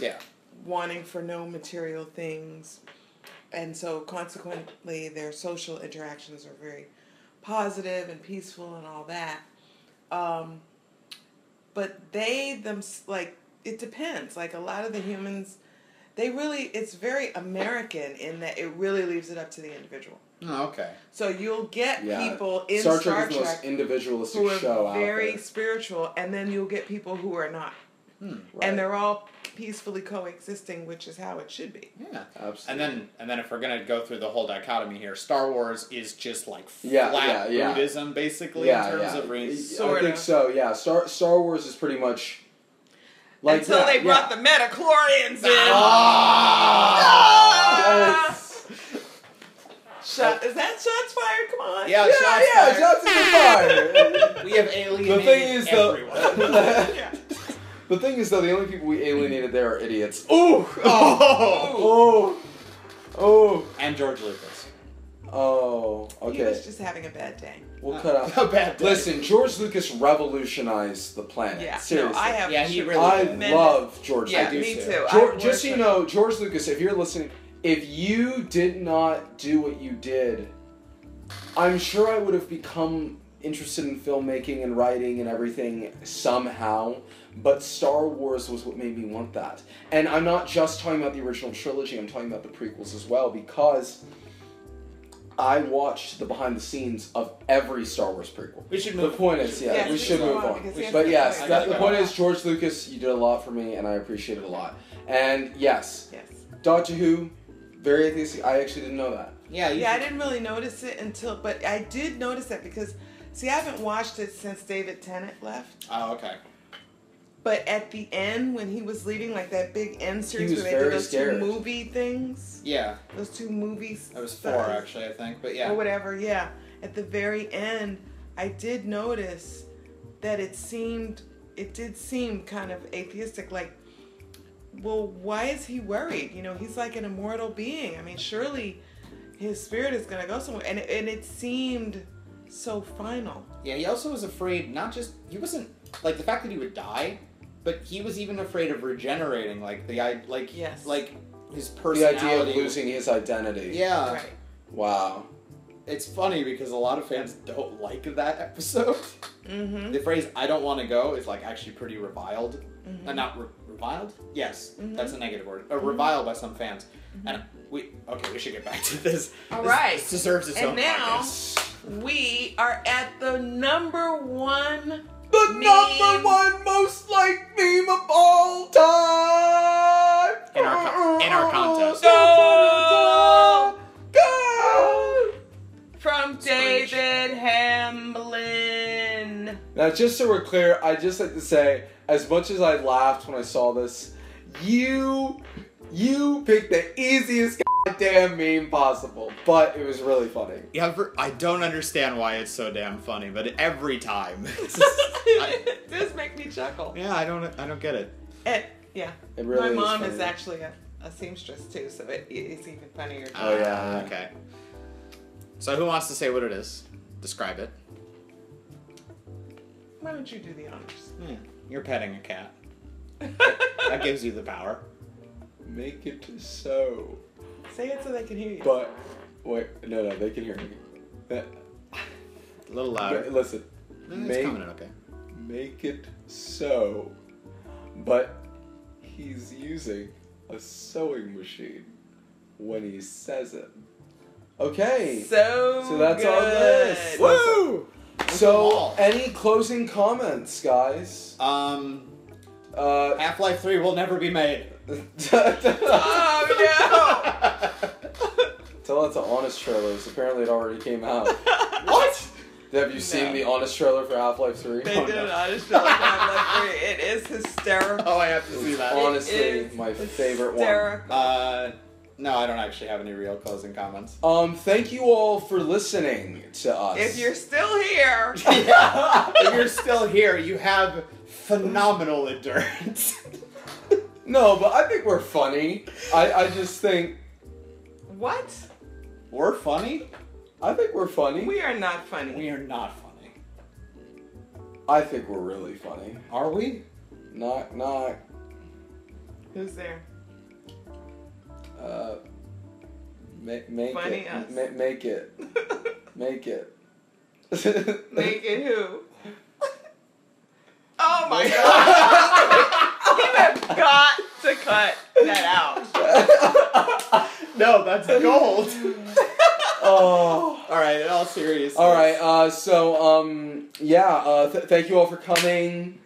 [SPEAKER 4] yeah.
[SPEAKER 1] wanting for no material things. And so, consequently, their social interactions are very positive and peaceful and all that. Um, but they, them, like, it depends. Like, a lot of the humans, they really, it's very American in that it really leaves it up to the individual.
[SPEAKER 4] Oh, okay.
[SPEAKER 1] So, you'll get
[SPEAKER 3] Yeah.
[SPEAKER 1] people in
[SPEAKER 3] Star
[SPEAKER 1] Star,
[SPEAKER 3] Trek is the
[SPEAKER 1] Trek
[SPEAKER 3] most individualistic
[SPEAKER 1] who are
[SPEAKER 3] show out
[SPEAKER 1] very
[SPEAKER 3] there.
[SPEAKER 1] spiritual, and then you'll get people who are not
[SPEAKER 3] Right.
[SPEAKER 1] and they're all peacefully coexisting, which is how it should be.
[SPEAKER 4] Yeah.
[SPEAKER 3] Absolutely.
[SPEAKER 2] And then, and then, if we're gonna go through the whole dichotomy here, Star Wars is just like
[SPEAKER 3] Yeah,
[SPEAKER 2] flat
[SPEAKER 3] yeah, yeah.
[SPEAKER 2] Buddhism, basically, in terms of
[SPEAKER 3] I-
[SPEAKER 2] re-
[SPEAKER 3] I
[SPEAKER 1] Sorta.
[SPEAKER 3] think so. Yeah, Star Star Wars is pretty much like
[SPEAKER 1] Until
[SPEAKER 3] that,
[SPEAKER 1] they brought
[SPEAKER 3] yeah. [LAUGHS] Ah.
[SPEAKER 1] the metachlorians in.
[SPEAKER 2] Ah!
[SPEAKER 3] Yes.
[SPEAKER 1] Shot, is that shots fired? Come on.
[SPEAKER 4] Yeah,
[SPEAKER 3] Yeah, yeah, shots in the fire.
[SPEAKER 2] We have alienated
[SPEAKER 3] the thing is
[SPEAKER 2] everyone.
[SPEAKER 3] though,
[SPEAKER 1] Yeah.
[SPEAKER 3] the thing is though, the only people we alienated there are idiots. [LAUGHS] Ooh, oh,
[SPEAKER 4] Oh.
[SPEAKER 3] oh, oh,
[SPEAKER 2] and George Lucas.
[SPEAKER 3] oh.
[SPEAKER 1] He was
[SPEAKER 3] Okay,
[SPEAKER 1] just having a bad day.
[SPEAKER 3] we'll cut
[SPEAKER 4] Uh, [LAUGHS] A
[SPEAKER 3] out.
[SPEAKER 4] bad day.
[SPEAKER 3] Listen, George Lucas revolutionized the planet.
[SPEAKER 1] Yeah.
[SPEAKER 3] Uh, Seriously.
[SPEAKER 1] No, I have.
[SPEAKER 2] Yeah, he really
[SPEAKER 3] I
[SPEAKER 1] tremendous-
[SPEAKER 3] love George
[SPEAKER 1] Yeah,
[SPEAKER 3] Lucas.
[SPEAKER 2] do
[SPEAKER 1] me
[SPEAKER 2] too.
[SPEAKER 1] too.
[SPEAKER 3] Geor-
[SPEAKER 1] I
[SPEAKER 3] just so you
[SPEAKER 1] worship-
[SPEAKER 3] know, George Lucas, if you're listening, if you did not do what you did, I'm sure I would have become interested in filmmaking and writing and everything somehow. But Star Wars was what made me want that. And I'm not just talking about the original trilogy, I'm talking about the prequels as well, because I watched the behind the scenes of every Star Wars prequel.
[SPEAKER 2] We should
[SPEAKER 3] The
[SPEAKER 2] move.
[SPEAKER 3] point is, yeah,
[SPEAKER 1] Yes,
[SPEAKER 3] we should move on.
[SPEAKER 1] because
[SPEAKER 2] We should-
[SPEAKER 1] he has
[SPEAKER 3] But
[SPEAKER 1] to-
[SPEAKER 3] yes,
[SPEAKER 2] I
[SPEAKER 3] that,
[SPEAKER 2] gotta
[SPEAKER 3] the
[SPEAKER 2] go.
[SPEAKER 3] point is, George Lucas, you did a lot for me, and I appreciate it a lot. And yes,
[SPEAKER 1] Yes.
[SPEAKER 3] Doctor Who, very atheistic. I actually didn't know that.
[SPEAKER 2] Yeah, you
[SPEAKER 1] Yeah, I
[SPEAKER 2] should-
[SPEAKER 1] didn't really notice it until, but I did notice that because, see, I haven't watched it since David Tennant left.
[SPEAKER 2] Oh, okay.
[SPEAKER 1] But at the end, when he was leaving, like that big end series
[SPEAKER 3] was
[SPEAKER 1] where they did
[SPEAKER 3] very
[SPEAKER 1] those
[SPEAKER 3] scared.
[SPEAKER 1] two movie things,
[SPEAKER 2] Yeah,
[SPEAKER 1] those two movies.
[SPEAKER 2] that was four actually, I think. But yeah,
[SPEAKER 1] or whatever. Yeah. At the very end, I did notice that it seemed it did seem kind of atheistic like well, why is he worried? You know, he's like an immortal being. I mean, surely his spirit is going to go somewhere and and it seemed so final.
[SPEAKER 2] yeah. He also was afraid. Not just he wasn't like the fact that he would die, but he was even afraid of regenerating. Like the I like
[SPEAKER 1] Yes.
[SPEAKER 2] like his
[SPEAKER 3] The
[SPEAKER 2] personality.
[SPEAKER 3] idea of losing his identity.
[SPEAKER 2] Yeah,
[SPEAKER 1] Right.
[SPEAKER 3] Wow.
[SPEAKER 2] it's funny because a lot of fans don't [LAUGHS] like that episode.
[SPEAKER 1] Mhm.
[SPEAKER 2] The phrase "I don't want to go" is like actually pretty reviled. Uh, not re- reviled. Yes, that's a negative word. Uh, Reviled by some fans. And we okay, we should get back [LAUGHS] to this.
[SPEAKER 1] All
[SPEAKER 2] this,
[SPEAKER 1] right.
[SPEAKER 2] this deserves its
[SPEAKER 1] And
[SPEAKER 2] own
[SPEAKER 1] now-
[SPEAKER 2] podcast.
[SPEAKER 1] We are at the number 1
[SPEAKER 3] The
[SPEAKER 1] Meme.
[SPEAKER 3] number one most liked meme of all time.
[SPEAKER 2] In our con- in our contest.
[SPEAKER 3] Go! Go!
[SPEAKER 1] from
[SPEAKER 2] Screech.
[SPEAKER 1] David Hamblin.
[SPEAKER 3] Now, just so we're clear, I just like to say, as much as I laughed when I saw this, you, you picked the easiest goddamn meme possible, but it was really funny.
[SPEAKER 4] You ever, I don't understand why it's so damn funny, but
[SPEAKER 2] [LAUGHS]
[SPEAKER 4] every time. [LAUGHS] It's just- I-
[SPEAKER 1] this make me chuckle.
[SPEAKER 4] yeah, I don't. I don't get it.
[SPEAKER 1] Eh, yeah.
[SPEAKER 3] It really
[SPEAKER 1] My
[SPEAKER 3] is
[SPEAKER 1] mom
[SPEAKER 3] funny.
[SPEAKER 1] is actually a, a seamstress too, so it, it's even funnier.
[SPEAKER 3] Oh, yeah,
[SPEAKER 4] Ah,
[SPEAKER 3] yeah.
[SPEAKER 4] Okay. So who wants to say what it is? Describe it.
[SPEAKER 1] Why don't you do the
[SPEAKER 3] [LAUGHS]
[SPEAKER 1] honors? [LAUGHS]
[SPEAKER 4] Hmm, You're petting a cat. That gives you the power.
[SPEAKER 3] Make it so,
[SPEAKER 1] Say it so they can hear you.
[SPEAKER 3] but wait, no, no, they can hear me. That-
[SPEAKER 4] A little louder.
[SPEAKER 3] Listen,
[SPEAKER 4] Eh, It's
[SPEAKER 3] make,
[SPEAKER 4] coming in okay.
[SPEAKER 3] make it so, but he's using a sewing machine when he says it. Okay.
[SPEAKER 1] so
[SPEAKER 3] So that's
[SPEAKER 1] good. Oh,
[SPEAKER 3] our list. [LAUGHS] Woo! So,
[SPEAKER 4] Wall.
[SPEAKER 3] any closing comments, guys?
[SPEAKER 2] Um,
[SPEAKER 3] Uh, [LAUGHS]
[SPEAKER 2] Half Life Three will never be made.
[SPEAKER 1] Oh no!
[SPEAKER 3] tell that to Honest Trailers. Apparently, it already
[SPEAKER 1] [LAUGHS]
[SPEAKER 3] came out.
[SPEAKER 2] What?
[SPEAKER 3] Have you seen
[SPEAKER 1] No.
[SPEAKER 3] the Honest Trailer for Oh, Half Life 3?
[SPEAKER 1] they did an honest job. I'm like, It is hysterical.
[SPEAKER 4] Oh, I have to see that.
[SPEAKER 1] It
[SPEAKER 3] [LAUGHS] Honestly,
[SPEAKER 1] is
[SPEAKER 3] my favorite one.
[SPEAKER 1] hysterical.
[SPEAKER 2] Uh, No, I don't actually have any real closing comments.
[SPEAKER 3] Um, thank you all for listening to us.
[SPEAKER 1] If you're still
[SPEAKER 3] [LAUGHS]
[SPEAKER 1] here,
[SPEAKER 2] if you're still here, you have phenomenal endurance. [LAUGHS]
[SPEAKER 3] no, but I think we're funny. I, I just think
[SPEAKER 1] what?
[SPEAKER 2] We're funny.
[SPEAKER 3] I think we're funny.
[SPEAKER 1] We are not funny.
[SPEAKER 2] We are not funny. [LAUGHS]
[SPEAKER 3] I think we're really funny.
[SPEAKER 2] Are we?
[SPEAKER 3] Knock knock.
[SPEAKER 1] Who's there? [LAUGHS]
[SPEAKER 3] Uh, make make
[SPEAKER 1] Funny
[SPEAKER 3] it.
[SPEAKER 1] us.
[SPEAKER 3] Ma- make it. Make it. [LAUGHS]
[SPEAKER 1] Make it who? oh my god! you have got to cut that out.
[SPEAKER 4] No, that's gold.
[SPEAKER 3] oh.
[SPEAKER 4] all right, in all seriousness.
[SPEAKER 3] All right. Uh, so um, yeah. Uh, th- thank you all for coming.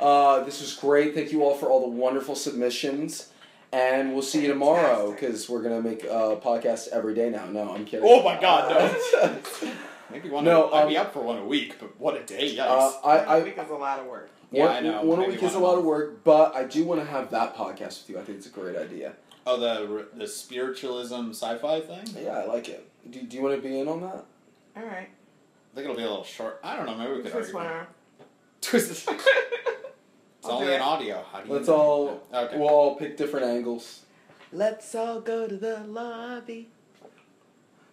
[SPEAKER 3] Uh, this was great. Thank you all for all the wonderful submissions, and we'll see you tomorrow
[SPEAKER 1] Fantastic.
[SPEAKER 3] because we're gonna make a podcast every day now. No, I'm kidding.
[SPEAKER 4] Oh my God,
[SPEAKER 3] no. [LAUGHS]
[SPEAKER 4] Maybe one.
[SPEAKER 3] No,
[SPEAKER 4] I'd be
[SPEAKER 3] um,
[SPEAKER 4] up for one a week, but what a day! Yikes.
[SPEAKER 3] uh, I, I,
[SPEAKER 1] week is a lot of work.
[SPEAKER 2] Yeah,
[SPEAKER 3] one,
[SPEAKER 2] I know.
[SPEAKER 3] One a
[SPEAKER 2] Maybe
[SPEAKER 3] week is a
[SPEAKER 2] one a
[SPEAKER 3] lot of
[SPEAKER 2] month.
[SPEAKER 3] work, but I do want to have that podcast with you. I think it's a great idea.
[SPEAKER 2] Oh, the the spiritualism sci-fi thing.
[SPEAKER 3] Yeah, I like it. Do, do you want to be in
[SPEAKER 2] [LAUGHS]
[SPEAKER 3] on that?
[SPEAKER 1] All right.
[SPEAKER 2] I think it'll be a little short. I don't know. Maybe we could
[SPEAKER 1] This
[SPEAKER 2] argue.
[SPEAKER 1] is one arm.
[SPEAKER 2] Twist this- it's
[SPEAKER 1] [LAUGHS] I'll do
[SPEAKER 2] only
[SPEAKER 1] it.
[SPEAKER 2] an audio. How do you?
[SPEAKER 3] Let's
[SPEAKER 2] know?
[SPEAKER 3] all
[SPEAKER 2] Okay.
[SPEAKER 3] we'll all pick different angles.
[SPEAKER 1] Let's all go to the lobby.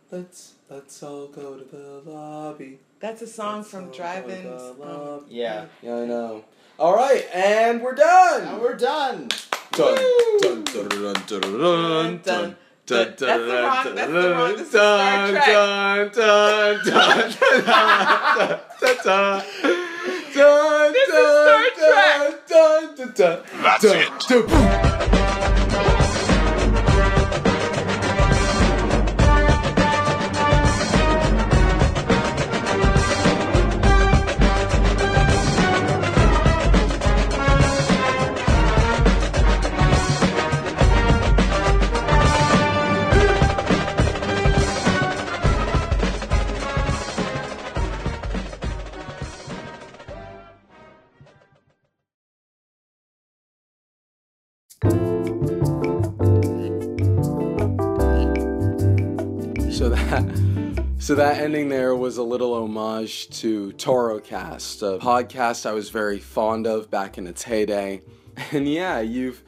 [SPEAKER 3] Let's let's all go to the lobby.
[SPEAKER 1] That's a song
[SPEAKER 3] Let's all
[SPEAKER 1] from
[SPEAKER 3] go to
[SPEAKER 1] Drive-In.
[SPEAKER 3] the
[SPEAKER 1] Um,
[SPEAKER 3] lobby.
[SPEAKER 2] yeah.
[SPEAKER 3] Yeah, I know. All right, and we're done.
[SPEAKER 2] And we're done.
[SPEAKER 3] done.
[SPEAKER 1] Woo!
[SPEAKER 3] Dun, dun, dun, dun, dun, dun, dun.
[SPEAKER 1] Dun, that's the wrong- that's the wrong- this is
[SPEAKER 3] Dun,
[SPEAKER 1] Star Trek.
[SPEAKER 3] dun, dun, dun, dun, dun, dun, dun. Dun,
[SPEAKER 1] This is Star
[SPEAKER 3] dun,
[SPEAKER 1] Trek.
[SPEAKER 3] dun, dun, dun, dun.
[SPEAKER 5] That's
[SPEAKER 3] Dun,
[SPEAKER 5] it.
[SPEAKER 3] dun, boom. [LAUGHS] So that so that ending there was a little homage to Torocast, a podcast I was very fond of back in its heyday. [LAUGHS] And yeah, you've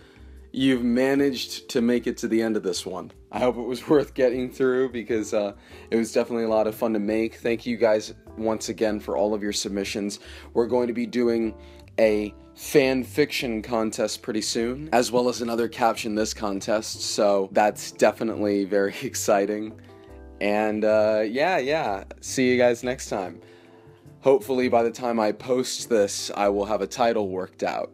[SPEAKER 3] you've managed to make it to the end of this one. I hope it was [LAUGHS] worth getting through because uh, it was definitely a lot of fun to make. Thank you guys once again for all of your submissions. We're going to be doing a fan fiction contest pretty soon, as well as another caption this contest. So that's definitely very [LAUGHS] exciting. And uh, yeah, yeah. See you guys next time. Hopefully, by the time I post this, I will have a title worked out.